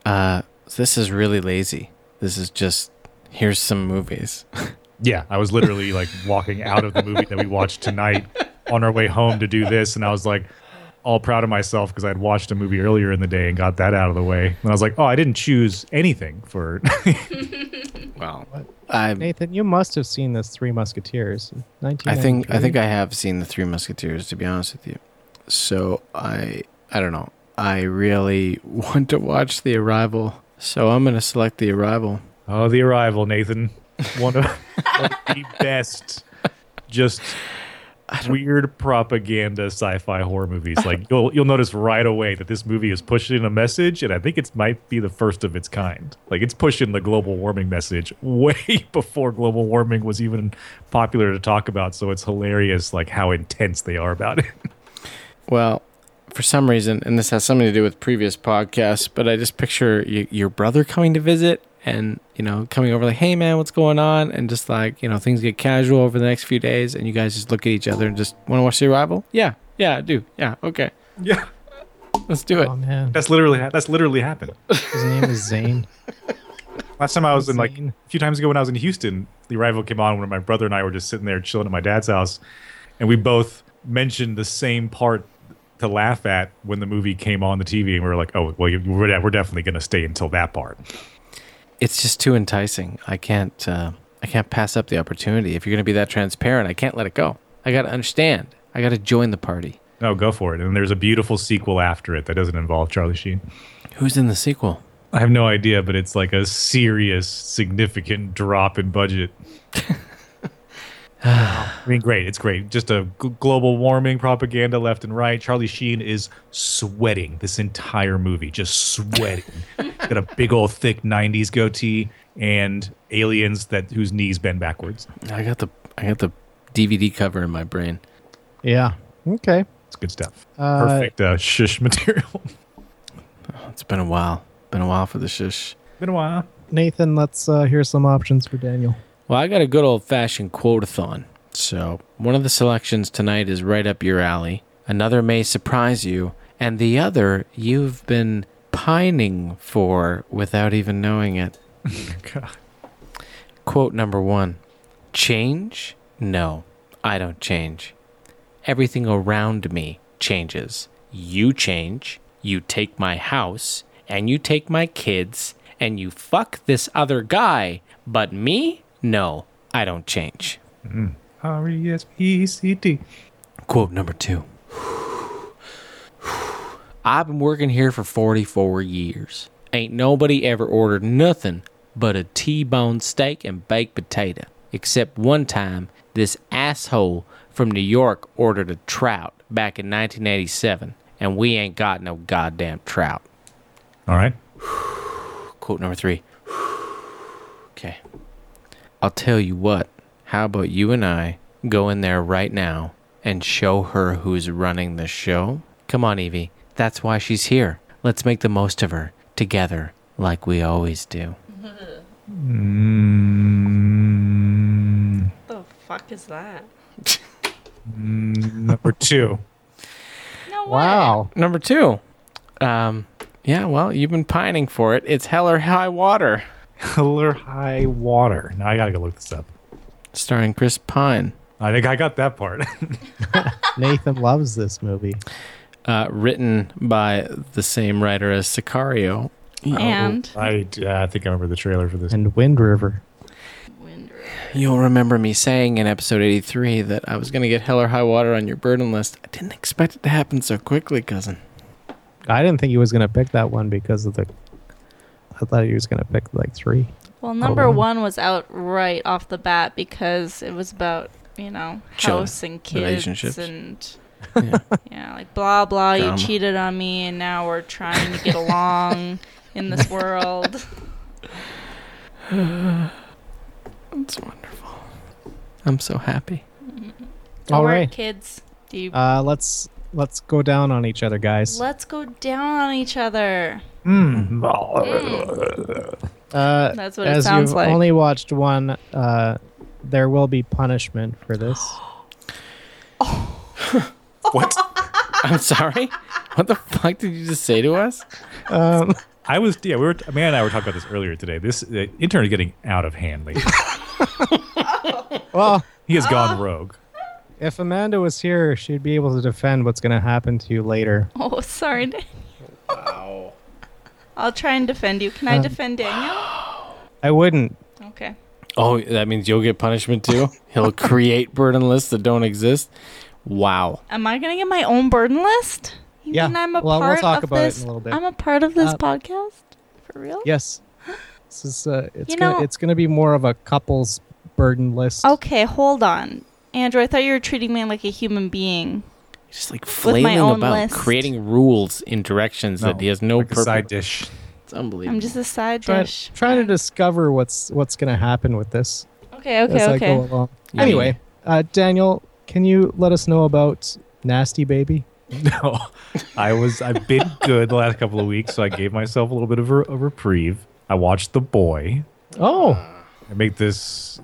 Uh this is really lazy. This is just here's some movies. Yeah, I was literally like walking out of the movie that we watched tonight on our way home to do this, and I was like all proud of myself because I'd watched a movie earlier in the day and got that out of the way. And I was like, oh, I didn't choose anything for. wow. I Nathan, you must have seen this Three Musketeers. I think I think 1993. I have seen the Three Musketeers to be honest with you. So I I don't know. I really want to watch The Arrival, so I'm going to select The Arrival. Oh, The Arrival, Nathan. One of, one of the best, just weird propaganda sci-fi horror movies. Like you'll you'll notice right away that this movie is pushing a message, and I think it might be the first of its kind. Like it's pushing the global warming message way before global warming was even popular to talk about. So it's hilarious, like how intense they are about it. Well, for some reason, and this has something to do with previous podcasts, but I just picture y- your brother coming to visit and, you know, coming over like, hey, man, what's going on? And just like, you know, things get casual over the next few days and you guys just look at each other and just want to watch The Arrival? Yeah. Yeah, I do. Yeah. Okay. Yeah. Let's do it. Oh man, That's literally that's literally happened. his name is Zane. Last time I was in like a few times ago when I was in Houston, the arrival came on when my brother and I were just sitting there chilling at my dad's house, and we both mentioned the same part to laugh at when the movie came on the TV, and we were like, "Oh, well, you- we're de- we're definitely going to stay until that part." It's just too enticing. I can't, uh, I can't pass up the opportunity. If you're going to be that transparent, I can't let it go. I got to understand. I got to join the party. No, go for it. And there's a beautiful sequel after it that doesn't involve Charlie Sheen. Who's in the sequel? I have no idea, but it's like a serious, significant drop in budget. I mean, great. It's great. Just a g- global warming propaganda left and right. Charlie Sheen is sweating this entire movie, just sweating. Got a big old thick '90s goatee and aliens that whose knees bend backwards. I got the, I got the DVD cover in my brain. Yeah. Okay. It's good stuff. Uh, Perfect uh, shush material. It's been a while. Been a while for the shish. Been a while. Nathan, let's uh, hear some options for Daniel. Well, I got a good old fashioned quotathon. So, one of the selections tonight is right up your alley. Another may surprise you, and the other you've been pining for without even knowing it. Quote number one Change? No, I don't change. Everything around me changes. You change, you take my house, and you take my kids, and you fuck this other guy. But me? No, I don't change. R E S P E C T. Quote number two I've been working here for 44 years. Ain't nobody ever ordered nothing but a T bone steak and baked potato. Except one time, this asshole from New York ordered a trout back in 1987, and we ain't got no goddamn trout. All right. Quote number three. Okay. I'll tell you what. How about you and I go in there right now and show her who's running the show? Come on, Evie. That's why she's here. Let's make the most of her together, like we always do. Mm, The fuck is that? mm, number two. Wow. Number two. Um, yeah, well, you've been pining for it. It's Hell or High Water. Hell or High Water. Now I gotta go look this up. Starring Chris Pine. I think I got that part. Nathan loves this movie. Uh, written by the same writer as Sicario. Oh, And- I, yeah, I think I remember the trailer for this. And Wind River. You'll remember me saying in episode 83 that I was going to get Hell or High Water on your burden list. I didn't expect it to happen so quickly, cousin. I didn't think he was going to pick that one because of the. I thought he was going to pick like three. Well, Or number one. one was out right off the bat because it was about you know Children, house and kids relationships. and yeah. like blah blah. Drama. You cheated on me, and now we're trying to get along in this world. That's wonderful. I'm so happy. Don't All worry, right. kids. Do you, Uh, let's let's go down on each other, guys. let's go down on each other. Uh, That's what it as sounds you've like. only watched one, uh, there will be punishment for this. What? I'm sorry? What the fuck did you just say to us? Um, I was yeah. We were Amanda and I were talking about this earlier today. This uh, intern is getting out of hand lately. well, He has gone rogue. if Amanda was here, she'd be able to defend what's going to happen to you later. Oh, sorry. Daniel. I'll try and defend you. Can I Um, defend Daniel? I wouldn't. Okay. Oh, that means you'll get punishment too? He'll create burden lists that don't exist? Wow. Am I gonna get my own burden list? You Yeah. mean I'm a Well, we'll part talk of about it in this? a little bit. I'm a part of this Uh, podcast for real. Yes. This is uh, it's You gonna know- it's gonna be more of a couple's burden list. Okay, hold on, Andrew. I thought you were treating me like a human being. Just like with my Flailing own about, list. creating rules in directions that No, he has no like a purpose. side dish. It's unbelievable. I'm just a side Try, dish. trying to discover what's what's gonna happen with this. Okay, okay, as I okay. go along. Yeah. Anyway, uh, Daniel, can you let us know about Nasty Baby? No, I was I've been good the last couple of weeks, so I gave myself a little bit of a, a reprieve. I watched The Boy. Oh, I make this.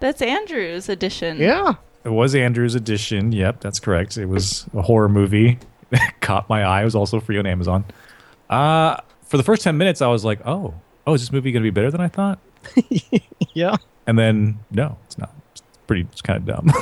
That's Andrew's edition. it was Andrew's edition. Yep, that's correct. It was a horror movie. Caught my eye. It was also free on Amazon. Uh, for the first ten minutes, I was like, oh, oh, is this movie gonna be better than I thought? yeah. And then no, it's not. It's pretty. It's kind of dumb.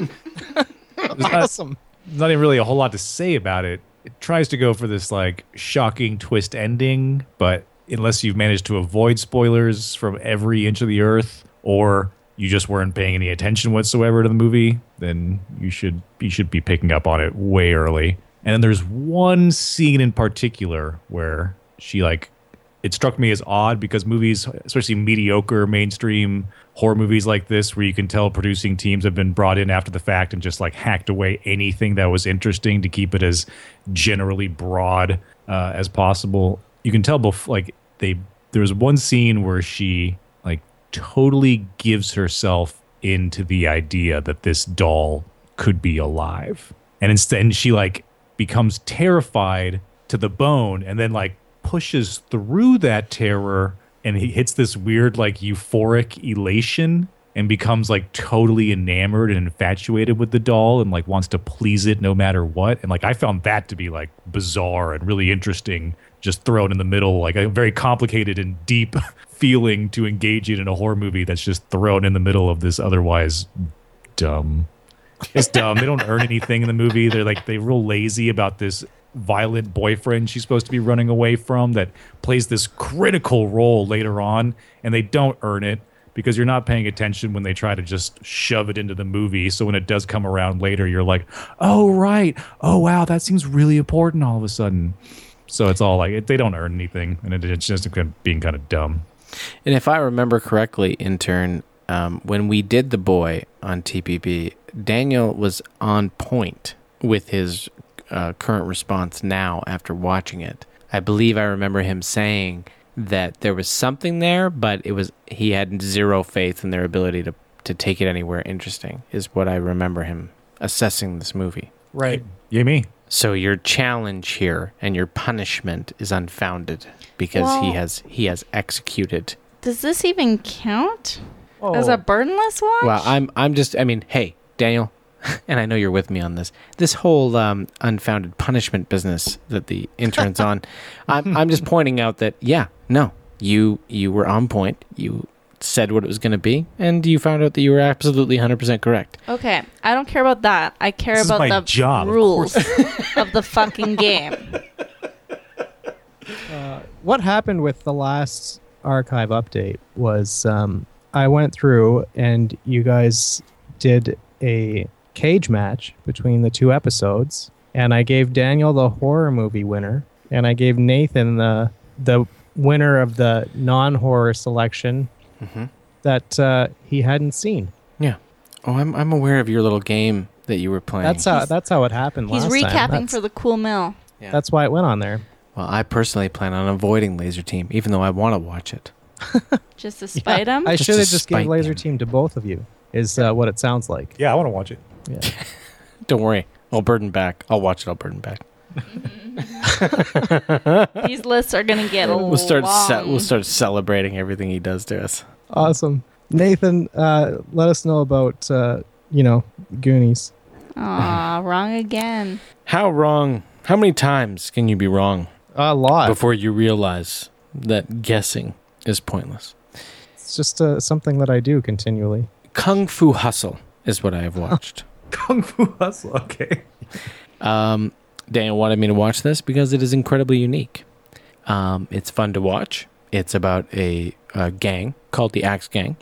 There's not- Awesome. Not, even really a whole lot to say about it. It tries to go for this like shocking twist ending, but unless you've managed to avoid spoilers from every inch of the earth, or you just weren't paying any attention whatsoever to the movie, then you should you should be picking up on it way early. And then there's one scene in particular where she like it struck me as odd because movies, especially mediocre mainstream horror movies like this, where you can tell producing teams have been brought in after the fact and just like hacked away anything that was interesting to keep it as generally broad uh, as possible. You can tell, bef- like they, there was one scene where she like totally gives herself into the idea that this doll could be alive. And instead she like becomes terrified to the bone and then like pushes through that terror and he hits this weird like euphoric elation and becomes like totally enamored and infatuated with the doll and like wants to please it no matter what and like i found that to be like bizarre and really interesting just thrown in the middle like a very complicated and deep feeling to engage in in a horror movie that's just thrown in the middle of this otherwise dumb it's dumb. They don't earn anything in the movie. They're like they're real lazy about this violent boyfriend she's supposed to be running away from that plays this critical role later on, and they don't earn it because you're not paying attention when they try to just shove it into the movie. So when it does come around later, you're like, oh right, oh wow, that seems really important all of a sudden. So it's all like it, they don't earn anything, and it, it's just being kind of dumb. And if I remember correctly, intern, um, when we did the boy on TPB, Daniel was on point with his uh, current response now after watching it. I believe I remember him saying that there was something there, but it was he had zero faith in their ability to to take it anywhere interesting. Is what I remember him assessing this movie. Right. You me. So your challenge here and your punishment is unfounded because he Well- has he has executed. Does this even count as a burdenless watch? Oh. Well, I'm I'm just I mean, hey, Daniel, and I know you're with me on this. This whole um, unfounded punishment business that the intern's on. I'm I'm just pointing out that yeah, no, you you were on point. You said what it was going to be, and you found out that you were absolutely 100% correct. Okay, I don't care about that. I care This is about my the job, of rules of the fucking game. Uh, what happened with the last archive update was um, I went through and you guys did a cage match between the two episodes, and I gave Daniel the horror movie winner, and I gave Nathan the the winner of the non horror selection Mhm. that uh, he hadn't seen. Yeah. Oh, I'm I'm aware of your little game that you were playing. That's uh, how that's how it happened He's last recapping time. That's, for the cool mill. that's why it went on there. Well, I personally plan on avoiding Laser Team even though I want to watch it. Just to spite him. I should have to just spite gave Laser Team to both of you. Is uh, what it sounds like. Yeah, I want to watch it. Yeah. Don't worry. I'll burden back. I'll watch it. I'll burden back. These lists are gonna get a we'll start long. ce- we'll start celebrating everything he does to us. Awesome. Nathan, uh, let us know about, uh, you know, Goonies. Aw, wrong again. How wrong? How many times can you be wrong? A lot. Before you realize that guessing is pointless. It's just uh, something that I do continually. Kung Fu Hustle is what I have watched. Kung Fu Hustle. Okay. Um, Daniel wanted me to watch this because it is incredibly unique. Um, it's fun to watch. It's about a, a gang called the Axe Gang.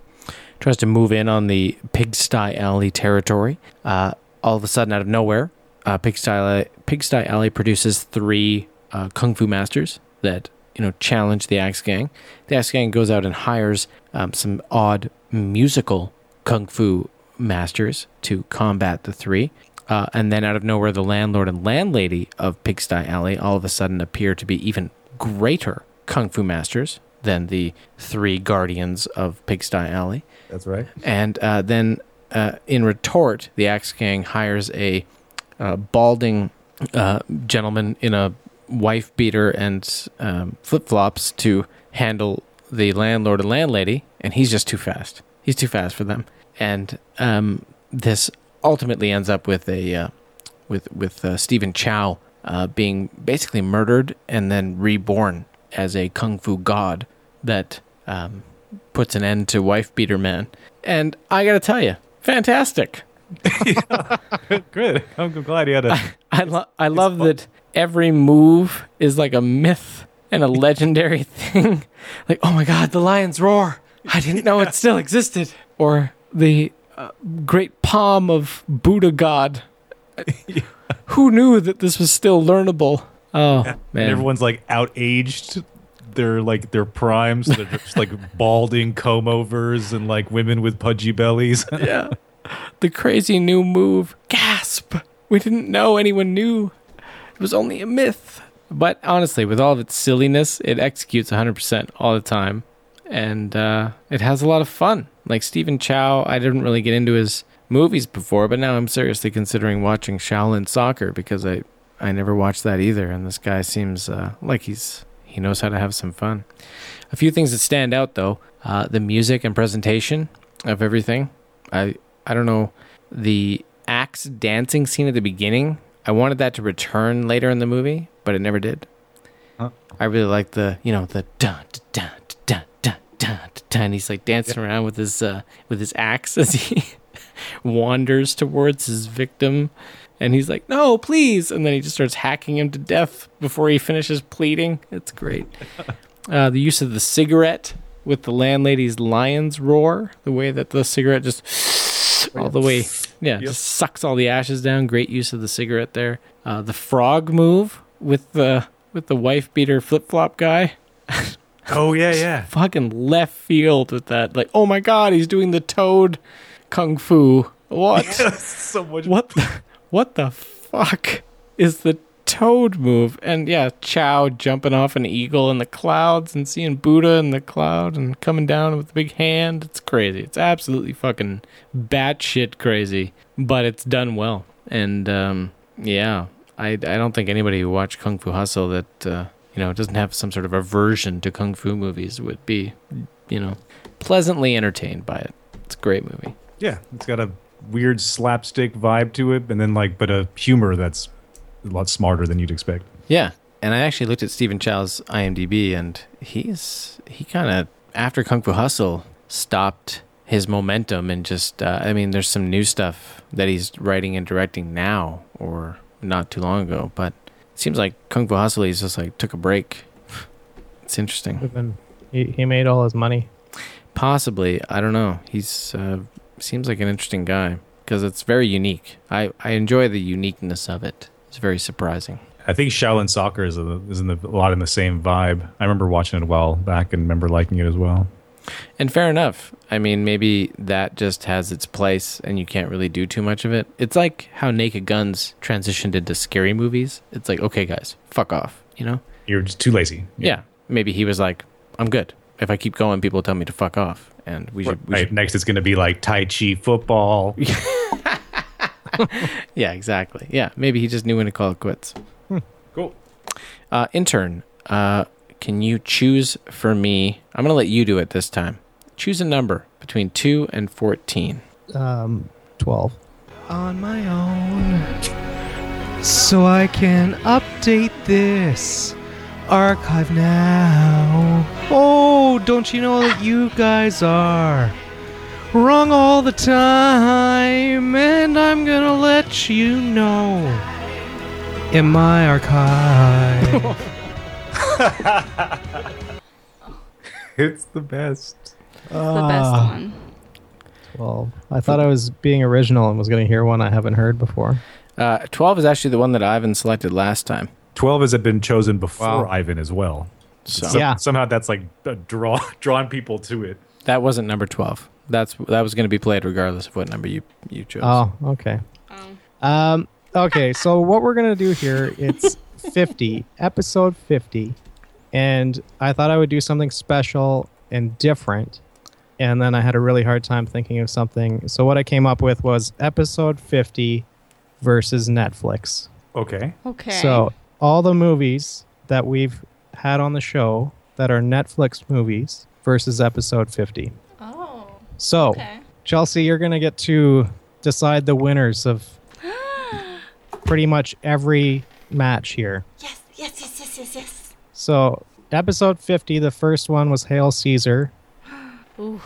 Tries to move in on the Pigsty Alley territory. Uh, all of a sudden, out of nowhere, uh, Pigsty, Alley, Pigsty Alley produces three uh, kung fu masters that you know challenge the Axe Gang. The Axe Gang goes out and hires um, some odd musical kung fu masters to combat the three. Uh, and then out of nowhere, the landlord and landlady of Pigsty Alley all of a sudden appear to be even greater kung fu masters than the three guardians of Pigsty Alley. That's right. And uh, then uh, in retort, the Axe Gang hires a uh, balding uh, gentleman in a wife beater and um, flip flops to handle the landlord and landlady, and he's just too fast. He's too fast for them. And um, this ultimately ends up with a uh, with with uh, Stephen Chow uh, being basically murdered and then reborn as a kung fu god that um, puts an end to wife beater man. And I gotta tell you, fantastic. Good. I'm glad you had a. I lo- I love that every move is like a myth and a legendary thing. Like, oh my god, the lion's roar! I didn't know it still existed. Or the uh, great palm of Buddha God. Who knew that this was still learnable? Oh man, And everyone's like outaged. They're like their primes. They're just like balding comb overs and like women with pudgy bellies. yeah. The crazy new move. Gasp! We didn't know anyone knew. It was only a myth. But honestly, with all of its silliness, it executes 100% all the time. And uh, it has a lot of fun. Like Stephen Chow, I didn't really get into his movies before, but now I'm seriously considering watching Shaolin Soccer because I, I never watched that either. And this guy seems uh, like he's he knows how to have some fun. A few things that stand out though: uh, the music and presentation of everything. I I don't know the axe dancing scene at the beginning. I wanted that to return later in the movie, but it never did. I really like the you know the dun dun dun dun dun dun dun. And he's like dancing around with his uh, with his axe as he wanders towards his victim, and he's like, "No, please!" And then he just starts hacking him to death before he finishes pleading. It's great. Uh, the use of the cigarette with the landlady's lion's roar, the way that the cigarette just all the way, yeah, just sucks all the ashes down. Great use of the cigarette there. Uh, the frog move with the with the wife beater flip flop guy. oh yeah, yeah. Fucking left field with that. Like, oh my god, he's doing the toad kung fu. What? so much. What the, what the fuck is the toad move. And yeah, Chow jumping off an eagle in the clouds and seeing Buddha in the cloud and coming down with the big hand. It's crazy. It's absolutely fucking batshit crazy, but it's done well. And um, yeah, I, I don't think anybody who watched Kung Fu Hustle that, uh, you know, doesn't have some sort of aversion to Kung Fu movies would be, you know, pleasantly entertained by it. It's a great movie. Yeah, it's got a weird slapstick vibe to it, and then like, but a humor that's a lot smarter than you'd expect. Yeah, and I actually looked at Stephen Chow's IMDb, and he's he kind of after Kung Fu Hustle stopped his momentum and just uh, I mean, there's some new stuff that he's writing and directing now or not too long ago, but it seems like Kung Fu Hustle he's just like took a break. It's interesting, Would've been- He, he made all his money. possibly. I don't know. He's uh, seems like an interesting guy because it's very unique. I I enjoy the uniqueness of it. It's very surprising. I think Shaolin Soccer is, a, is in the, a lot in the same vibe. I remember watching it a while back and remember liking it as well. And fair enough. I mean, maybe that just has its place and you can't really do too much of it. It's like how Naked Guns transitioned into scary movies. It's like, okay, guys, fuck off, you know? You're just too lazy. Yeah. Maybe he was like, I'm good. If I keep going, people tell me to fuck off. And we should. We Right, should next it's going to be like Tai Chi football. yeah, exactly. Yeah, maybe he just knew when to call it quits. Hmm. Cool. Uh, intern, uh, can you choose for me? I'm going to let you do it this time. Choose a number between 2 and 14. Um, 12. On my own. So I can update this archive now. Oh, don't you know that you guys are wrong all the time? And I'm gonna let you know in my archive. it's the best. Ah, 12. I thought I was being original and was gonna hear one I haven't heard before. Uh, 12 is actually the one that Ivan selected last time. 12 has been chosen before Ivan as well. So- Some- Yeah. Somehow that's like a draw, drawn people to it. That wasn't number 12. That's That was going to be played regardless of what number you, you chose. Oh, okay. Um, okay, so what we're gonna do here, it's 50, episode 50, and I thought I would do something special and different, and then I had a really hard time thinking of something. So what I came up with was episode 50 versus Netflix. Okay. Okay. So all the movies that we've had on the show that are Netflix movies versus episode 50. Oh. So, Chelsea, you're going to get to decide the winners of pretty much every match here. Yes, yes, yes, yes, yes. So, episode 50, the first one was Hail Caesar Ooh.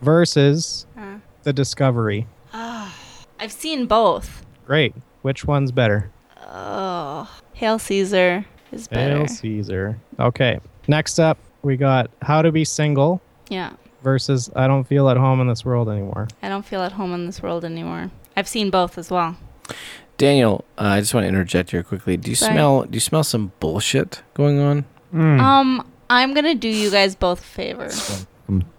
versus Uh. The Discovery. Ah. I've seen both. Great. Which one's better? Oh. Hail Caesar is better. Hail Caesar. Okay. Next up, we got How to Be Single Yeah. versus I Don't Feel at Home in This World Anymore. I don't feel at home in this world anymore. I've seen both as well. Daniel, uh, I just want to interject here quickly. Do you Sorry. smell? Do you smell some bullshit going on? Hmm. Um, I'm gonna do you guys both a favor.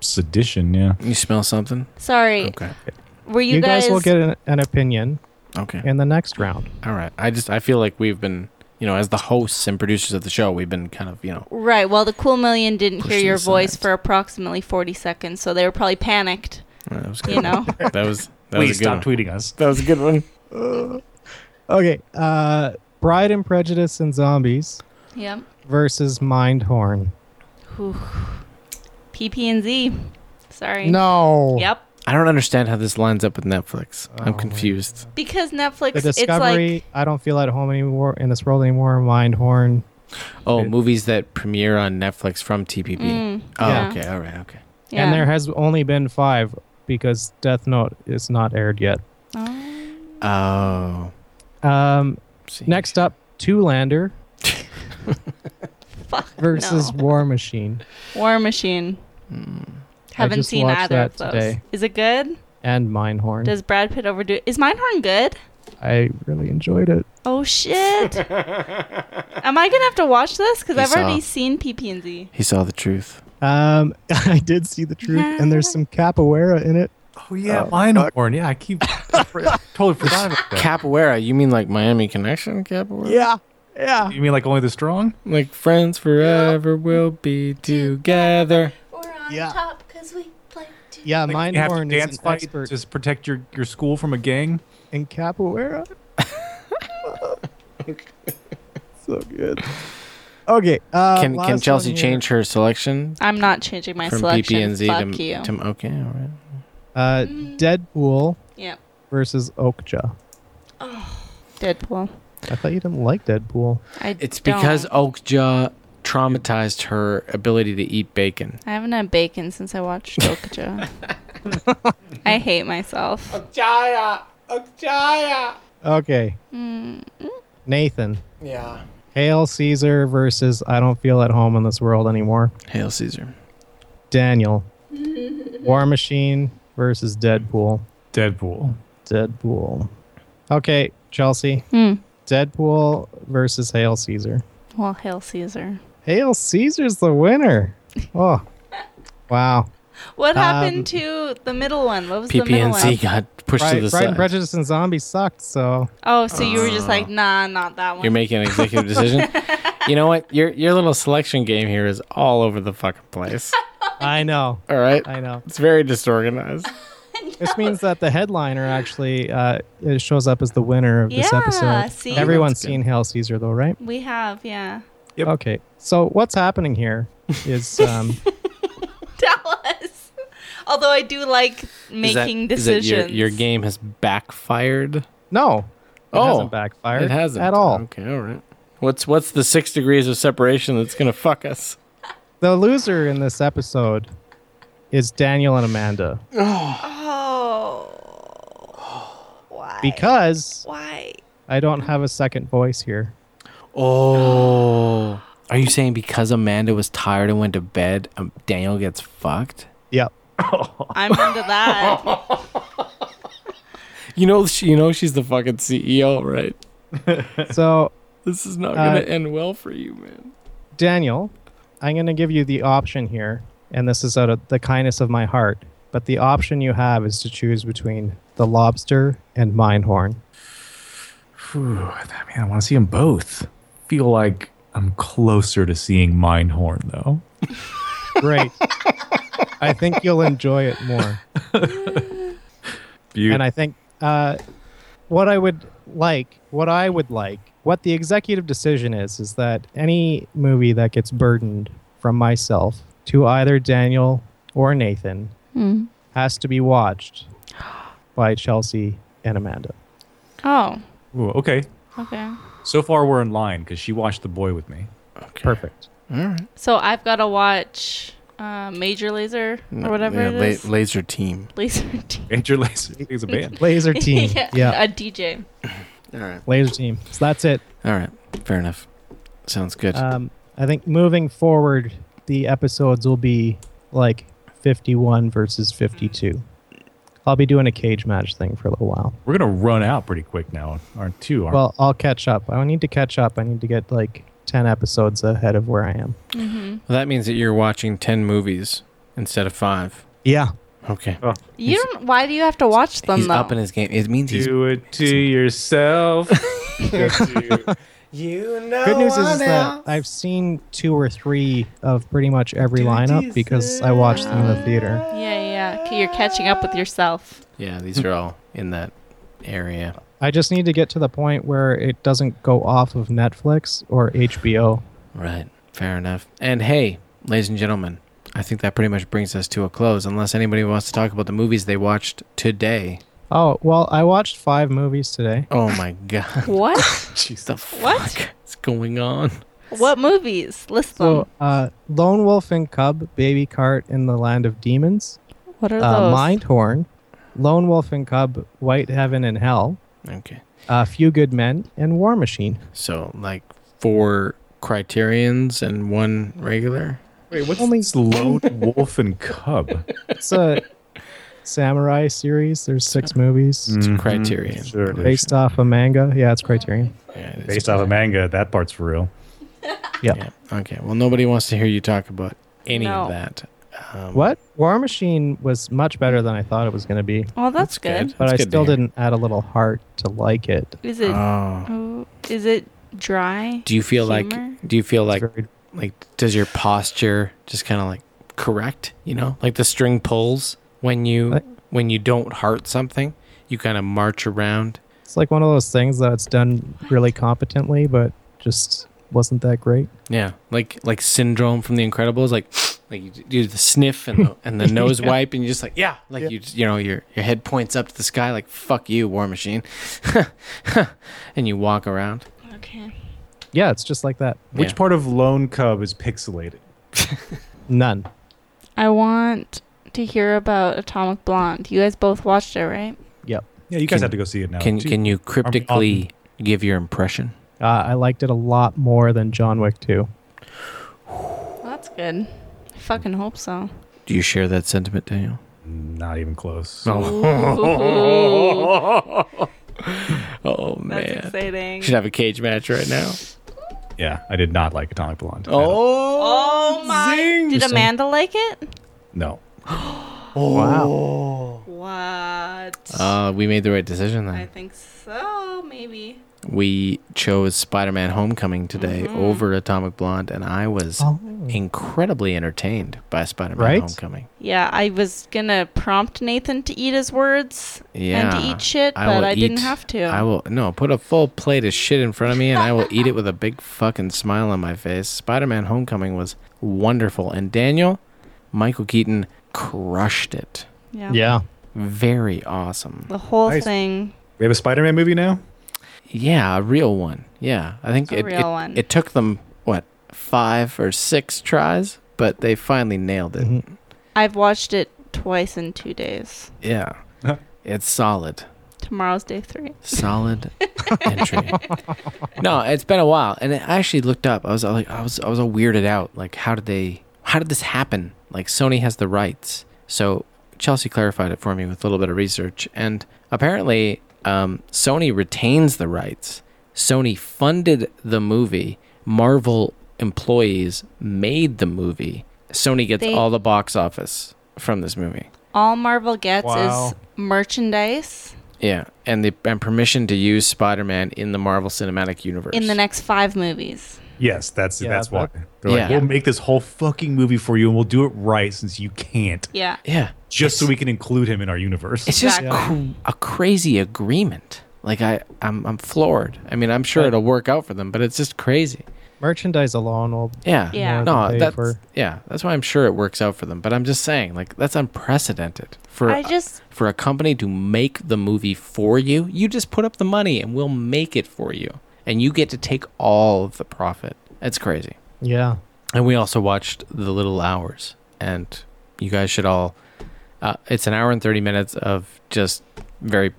Sedition, yeah. You smell something? Sorry. Were you, You, guys, will get an, an opinion Okay. in the next round. All right. I just I feel like we've been you know as the hosts and producers of the show we've been kind of you know Right. Well, the cool million didn't Push hear to your the voice for approximately 40 seconds, so they were probably panicked. uh, that was You know. that was that was a Please good stop one. tweeting us. That was a good one. Okay, uh, Bride and Prejudice and Zombies Yep. versus Mindhorn. Whew. PP and Z. Sorry. No. Yep. I don't understand how this lines up with Netflix. Oh, I'm confused. Because The Netflix, it's Discovery. like I don't feel at home anymore in this world anymore. Mindhorn. Oh, movies that premiere on Netflix from TPP. Mm, oh, yeah. okay. All right. Okay. Yeah. And there has only been five because Death Note is not aired yet. Oh. Um, next up, Two Lander versus War Machine. War Machine. Hmm. Haven't just seen watched either that of those. today. Is it good? And Mindhorn. Does Brad Pitt overdo it? Is Mindhorn good? I really enjoyed it. Oh shit! Am I gonna have to watch this? Because He I've already saw. seen PP and Z. He saw the truth. Um, I did see the truth, and there's some capoeira in it. Oh yeah, Mindhorn. Yeah, I keep I totally forgot about that. Capoeira. You mean like Miami Connection Capoeira? Yeah. Yeah. You mean like only the strong? Like friends forever will be together. Yeah. Top, cause we play too. Yeah, Like, mine you have to horn is dance an fight expert. to s- protect your, your school from a gang. In capoeira. so good. Okay. Uh, can can Chelsea change her selection I'm not changing my from selection. PP&Z Fuck to, you. to okay? All right. Uh, Mm. Deadpool Yep. versus Oakja. Deadpool. I thought you didn't like Deadpool. I It's don't. because Oakja traumatized her ability to eat bacon. I haven't had bacon since I watched Okja. I hate myself. Jaya! Jaya! Okay. Mm. Nathan. Yeah. Hail Caesar versus I don't feel at home in this world anymore. Hail Caesar. Daniel. War Machine versus Deadpool. Deadpool. Deadpool. Okay, Chelsea. Hmm. Deadpool versus Hail Caesar. Well, hail Caesar. Hail Caesar's the winner. Oh, wow. What Um, happened to the middle one? What was the middle one? PPNZ got pushed to Pride, the Pride and side. Prejudice and Zombies sucked, so Oh, so you were just Oh. like, nah, not that one. You're making an executive decision. you know what? Your your little selection game here is all over the fucking place. I know. All right. I know. It's very disorganized. this means that the headliner actually uh, it shows up as the winner of this Yeah, episode. see? Everyone's That's good. seen Hail Caesar, though, right? we have, yeah. Okay. So what's happening here is um, Tell us. Although I do like making is that decisions. your, your game has backfired? no, it Oh, hasn't backfired. It hasn't at all. Okay, all right. What's what's the six degrees of separation that's gonna fuck us? The loser in this episode is Daniel and Amanda oh. because Why? I don't have a second voice here. Oh, are you saying because Amanda was tired and went to bed, um, Daniel gets fucked? Yep. I'm into that. You know, she, you know she's the fucking CEO, right? So This is not Uh, gonna end well for you, man. Daniel, I'm going to give you the option here, and this is out of the kindness of my heart. But the option you have is to choose between the lobster and Mindhorn. Whew, that- man, I want to see them both. Feel like I'm closer to seeing Mindhorn though. Great. I think you'll enjoy it more. Beautiful. And I think uh, what I would like, what I would like, what the executive decision is, is that any movie that gets burdened from myself to either Daniel or Nathan Hmm. has to be watched by Chelsea and Amanda. Oh, Ooh, okay. okay. So far we're in line because she watched The Boy with me. Perfect. All right. So I've got to watch uh, Major Laser Mm, or whatever it is. laser team. Laser team. Major Laser is a band. Laser team. yeah, yeah. A DJ. All right. Laser team. So that's it. All right. Fair enough. Sounds good. Um, I think moving forward, the episodes will be like 51 versus 52. I'll be doing a cage match thing for a little while. We're gonna run out pretty quick now, aren't too? Aren't Well, I'll catch up. I need to catch up. I need to get like 10 episodes ahead of where I am. hmm well, that means that you're watching ten movies instead of five. Yeah. Okay. You don't. Why do you have to watch them He's though? up in his game. It means he's do it to yourself. You know Good news is, I is that I've seen two or three of pretty much every lineup because I watched them in the theater. yeah, yeah. Okay, You're catching up with yourself. Yeah, these are all in that area. I just need to get to the point where it doesn't go off of Netflix or HBO. Right. Fair enough. And hey, ladies and gentlemen, I think that pretty much brings us to a close unless anybody wants to talk about the movies they watched today. Oh, well, I watched five movies today. Oh my god. What? Jeez, the fuck What? is going on? What movies? List them. So, uh, Lone Wolf and Cub, Baby Cart in the Land of Demons, What are uh, those? Mindhorn, Lone Wolf and Cub, White Heaven and Hell, Okay. A Few Good Men, and War Machine. So, like four criterions and one regular? Wait, what's this lone wolf and cub? It's a samurai series. There's six movies Mm-hmm. It's criterion. Sure it is. based off a manga. Yeah, it's Criterion. Yeah, it is. Based off a manga, that part's for real. Yeah. Okay. Well, nobody wants to hear you talk about any No. of that. Um, What? War Machine was much better than I thought it was going to be, Oh, that's, good. but That's I good to still hear. didn't add a little heart to like it. Is it? Oh. oh, Is it dry. Do you feel humor. like do you feel like like does your posture just kind of like correct, you know? Like the string pulls when you when you don't heart something, you kind of march around. It's like one of those things that's done really competently, but just wasn't that great. Yeah, like like syndrome from The Incredibles, like like you do the sniff and the, and the nose Yeah. wipe, and you're just like yeah, like you just, you know your your head points up to the sky, like fuck you, War Machine, and you walk around. Okay. Yeah, it's just like that. Which Yeah. part of Lone Cub is pixelated? None. I want to hear about Atomic Blonde. You guys both watched it, right? Yep. Yeah, you guys have to go see it now. Can Gee, can are you we cryptically give your impression? Uh, I liked it a lot more than John Wick 2. Well, that's good. I fucking hope so. Do you share that sentiment, Daniel? Not even close. Oh, oh man, exciting. Should have a cage match right now. Yeah, I did not like Atomic Blonde. Oh, my! Oh. Did Amanda like it? No. Wow. What? Uh, we made the right decision I then. think so. Maybe. We chose Spider-Man: Homecoming today Mm-hmm. over Atomic Blonde, and I was Oh. incredibly entertained by Spider-Man: Right? Homecoming. Yeah, I was gonna prompt Nathan to eat his words Yeah, and to eat shit, but will I, didn't eat- have to. I will no put a full plate of shit in front of me, and I will eat it with a big fucking smile on my face. Spider-Man: Homecoming was wonderful, and Daniel, Michael Keaton crushed it. Yeah. Yeah. very awesome. The whole Nice. thing. We have a Spider-Man movie now. Yeah, a real one. Yeah, I think A it, real it- one. it took them what five or six tries, but they finally nailed it. I've watched it twice in two days. Yeah, it's solid, Tomorrow's day three. solid entry. No, it's been a while, and I actually looked up. I was like, I was, I was all weirded out. Like, how did they? How did this happen? Like, Sony has the rights, so Chelsea clarified it for me with a little bit of research, and apparently, um, Sony retains the rights. Sony funded the movie. Marvel employees made the movie. Sony gets They- all the box office from this movie. All Marvel gets Wow. is merchandise Yeah, and the and permission to use Spider-Man in the Marvel Cinematic Universe. in the next five movies. Yes, that's Yeah, that's why. that- They're like, Yeah. we'll make this whole fucking movie for you, and we'll do it right since you can't. Yeah. Yeah. Just so we can include him in our universe. It's just cr- a crazy agreement. Like I, I'm, I'm floored. I mean, I'm sure it'll work out for them, but it's just crazy. Merchandise alone will. Yeah. more than No, pay that's for- yeah. That's why I'm sure it works out for them. But I'm just saying, like, that's unprecedented for I just- for a company to make the movie for you. You just put up the money, and we'll make it for you, and you get to take all of the profit. That's crazy. Yeah. And we also watched The Little Hours, and you guys should all. Uh, it's an hour and thirty minutes of just very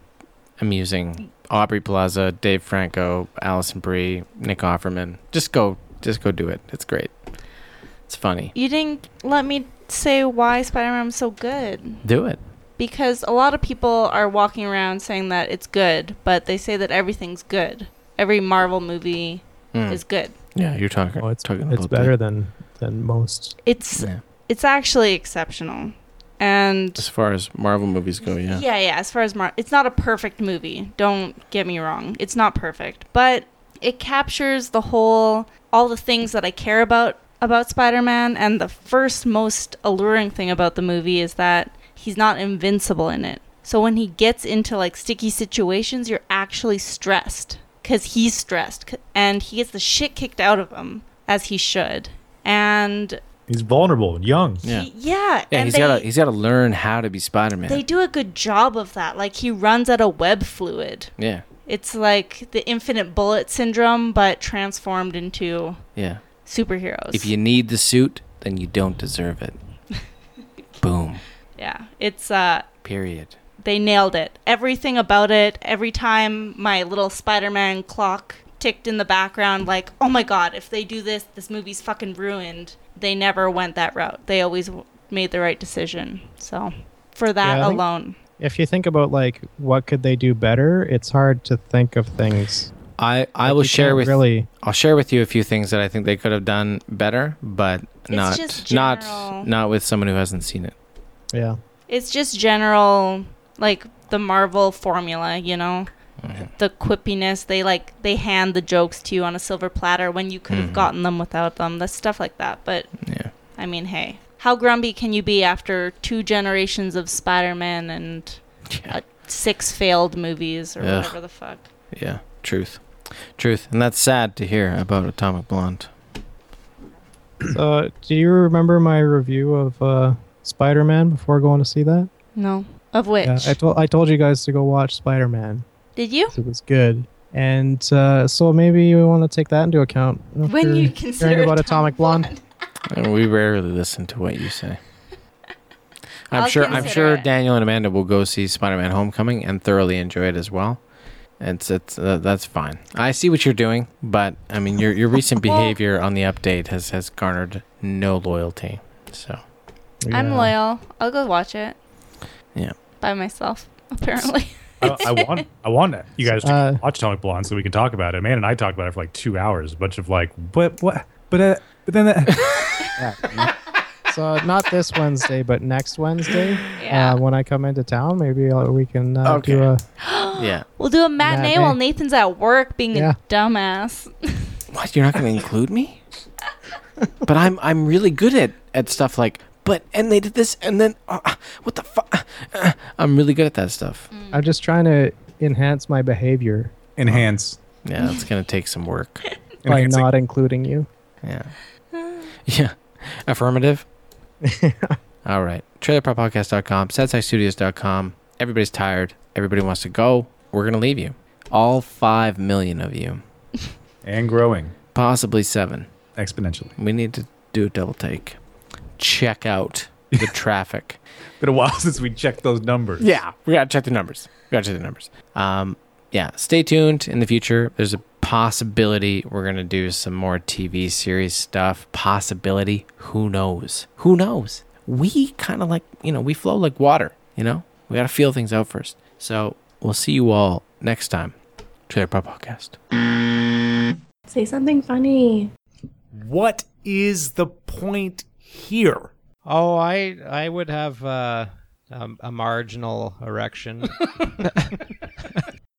amusing Aubrey Plaza, Dave Franco, Allison Brie, Nick Offerman. Just go, just go do it. It's great. It's funny. You didn't let me say why Spider-Man was so good. Do it. Because a lot of people are walking around saying that it's good, but they say that everything's good. Every Marvel movie Mm. is good. Yeah, you're talking. Oh, it's talking it's about better that. than than most. It's it's actually exceptional. And As far as Marvel movies go, yeah. yeah, yeah, as far as Mar- it's not a perfect movie. Don't get me wrong. It's not perfect, but it captures the whole all the things that I care about about Spider-Man and the first most alluring thing about the movie is that he's not invincible in it. So when he gets into like sticky situations, you're actually stressed cuz he's stressed c- and he gets the shit kicked out of him as he should. And He's vulnerable and young. Yeah. yeah, Yeah, and he's they- got to he's got to learn how to be Spider-Man. they do a good job of that. Like he runs out of web fluid. yeah, It's like the infinite bullet syndrome, but transformed into yeah. superheroes. If you need the suit, then you don't deserve it. Boom. yeah, it's uh, Period. they nailed it. Everything about it. Every time my little Spider-Man clock ticked in the background, like, oh my god, if they do this, this movie's fucking ruined. They never went that route. They always w- made the right decision. So, for that Yeah, I think- alone, If you think about like what could they do better, it's hard to think of things. I I Like, will you share can't with really- I'll share with you a few things that I think they could have done better, but not just general. not not with someone who hasn't seen it. Yeah. it's just general like the Marvel formula, you know. the quippiness. They like they hand the jokes to you on a silver platter when you could have Mhm. gotten them without them. That's stuff like that. But I mean, hey, how grumpy can you be after two generations of Spider-Man and uh, six failed movies or Ugh. whatever the fuck? Yeah, truth. Truth. And that's sad to hear about Atomic Blonde. So, do you remember my review of uh, Spider Man before going to see that? No, of which Yeah, I, told I told you guys to go watch Spider Man. did you? It was good. And uh, so maybe we want to take that into account. When you after consider hearing about Atomic Blonde. And we rarely listen to what you say. I'm I'll sure I'm consider sure it. Daniel and Amanda will go see Spider-Man Homecoming and thoroughly enjoy it as well. It's it's uh, that's fine. I see what you're doing, but I mean your your recent behavior on the update has has garnered no loyalty. So I'm Yeah. loyal. I'll go watch it Yeah. by myself. Apparently, I, I want I want it. You guys to Uh, watch Atomic Blonde so we can talk about it. Man and I talked about it for like two hours. A bunch of like, but what? But uh, but then that. so not this Wednesday, but next Wednesday, Yeah. uh, when I come into town, maybe uh, we can uh, do a. Yeah. we'll do a matinee Matinee. while Nathan's at work being Yeah. a dumbass. What? You're not going to include me? but I'm I'm really good at at stuff like but and they did this and then uh, what the fuck? I'm really good at that stuff. I'm just trying to enhance my behavior Enhance. Yeah, it's going to take some work. by not including you. Yeah. Yeah. Affirmative. All right. TrailerPropPodcast.com, SatSideStudios.com. Everybody's tired. Everybody wants to go. We're going to leave you. All 5 million of you. and growing. Possibly 7. Exponentially. We need to do a double take. Check out the traffic. Been a while since we checked those numbers. Yeah, we gotta check the numbers. We gotta check the numbers. Um, yeah, stay tuned in the future. There's a possibility we're gonna do some more TV series stuff. Possibility, who knows? Who knows? We kind of like you know we flow like water. You know we gotta feel things out first. So we'll see you all next time. Trailer Pop Podcast. Say something funny. What is the point here? Oh, I I would have uh, um, a marginal erection.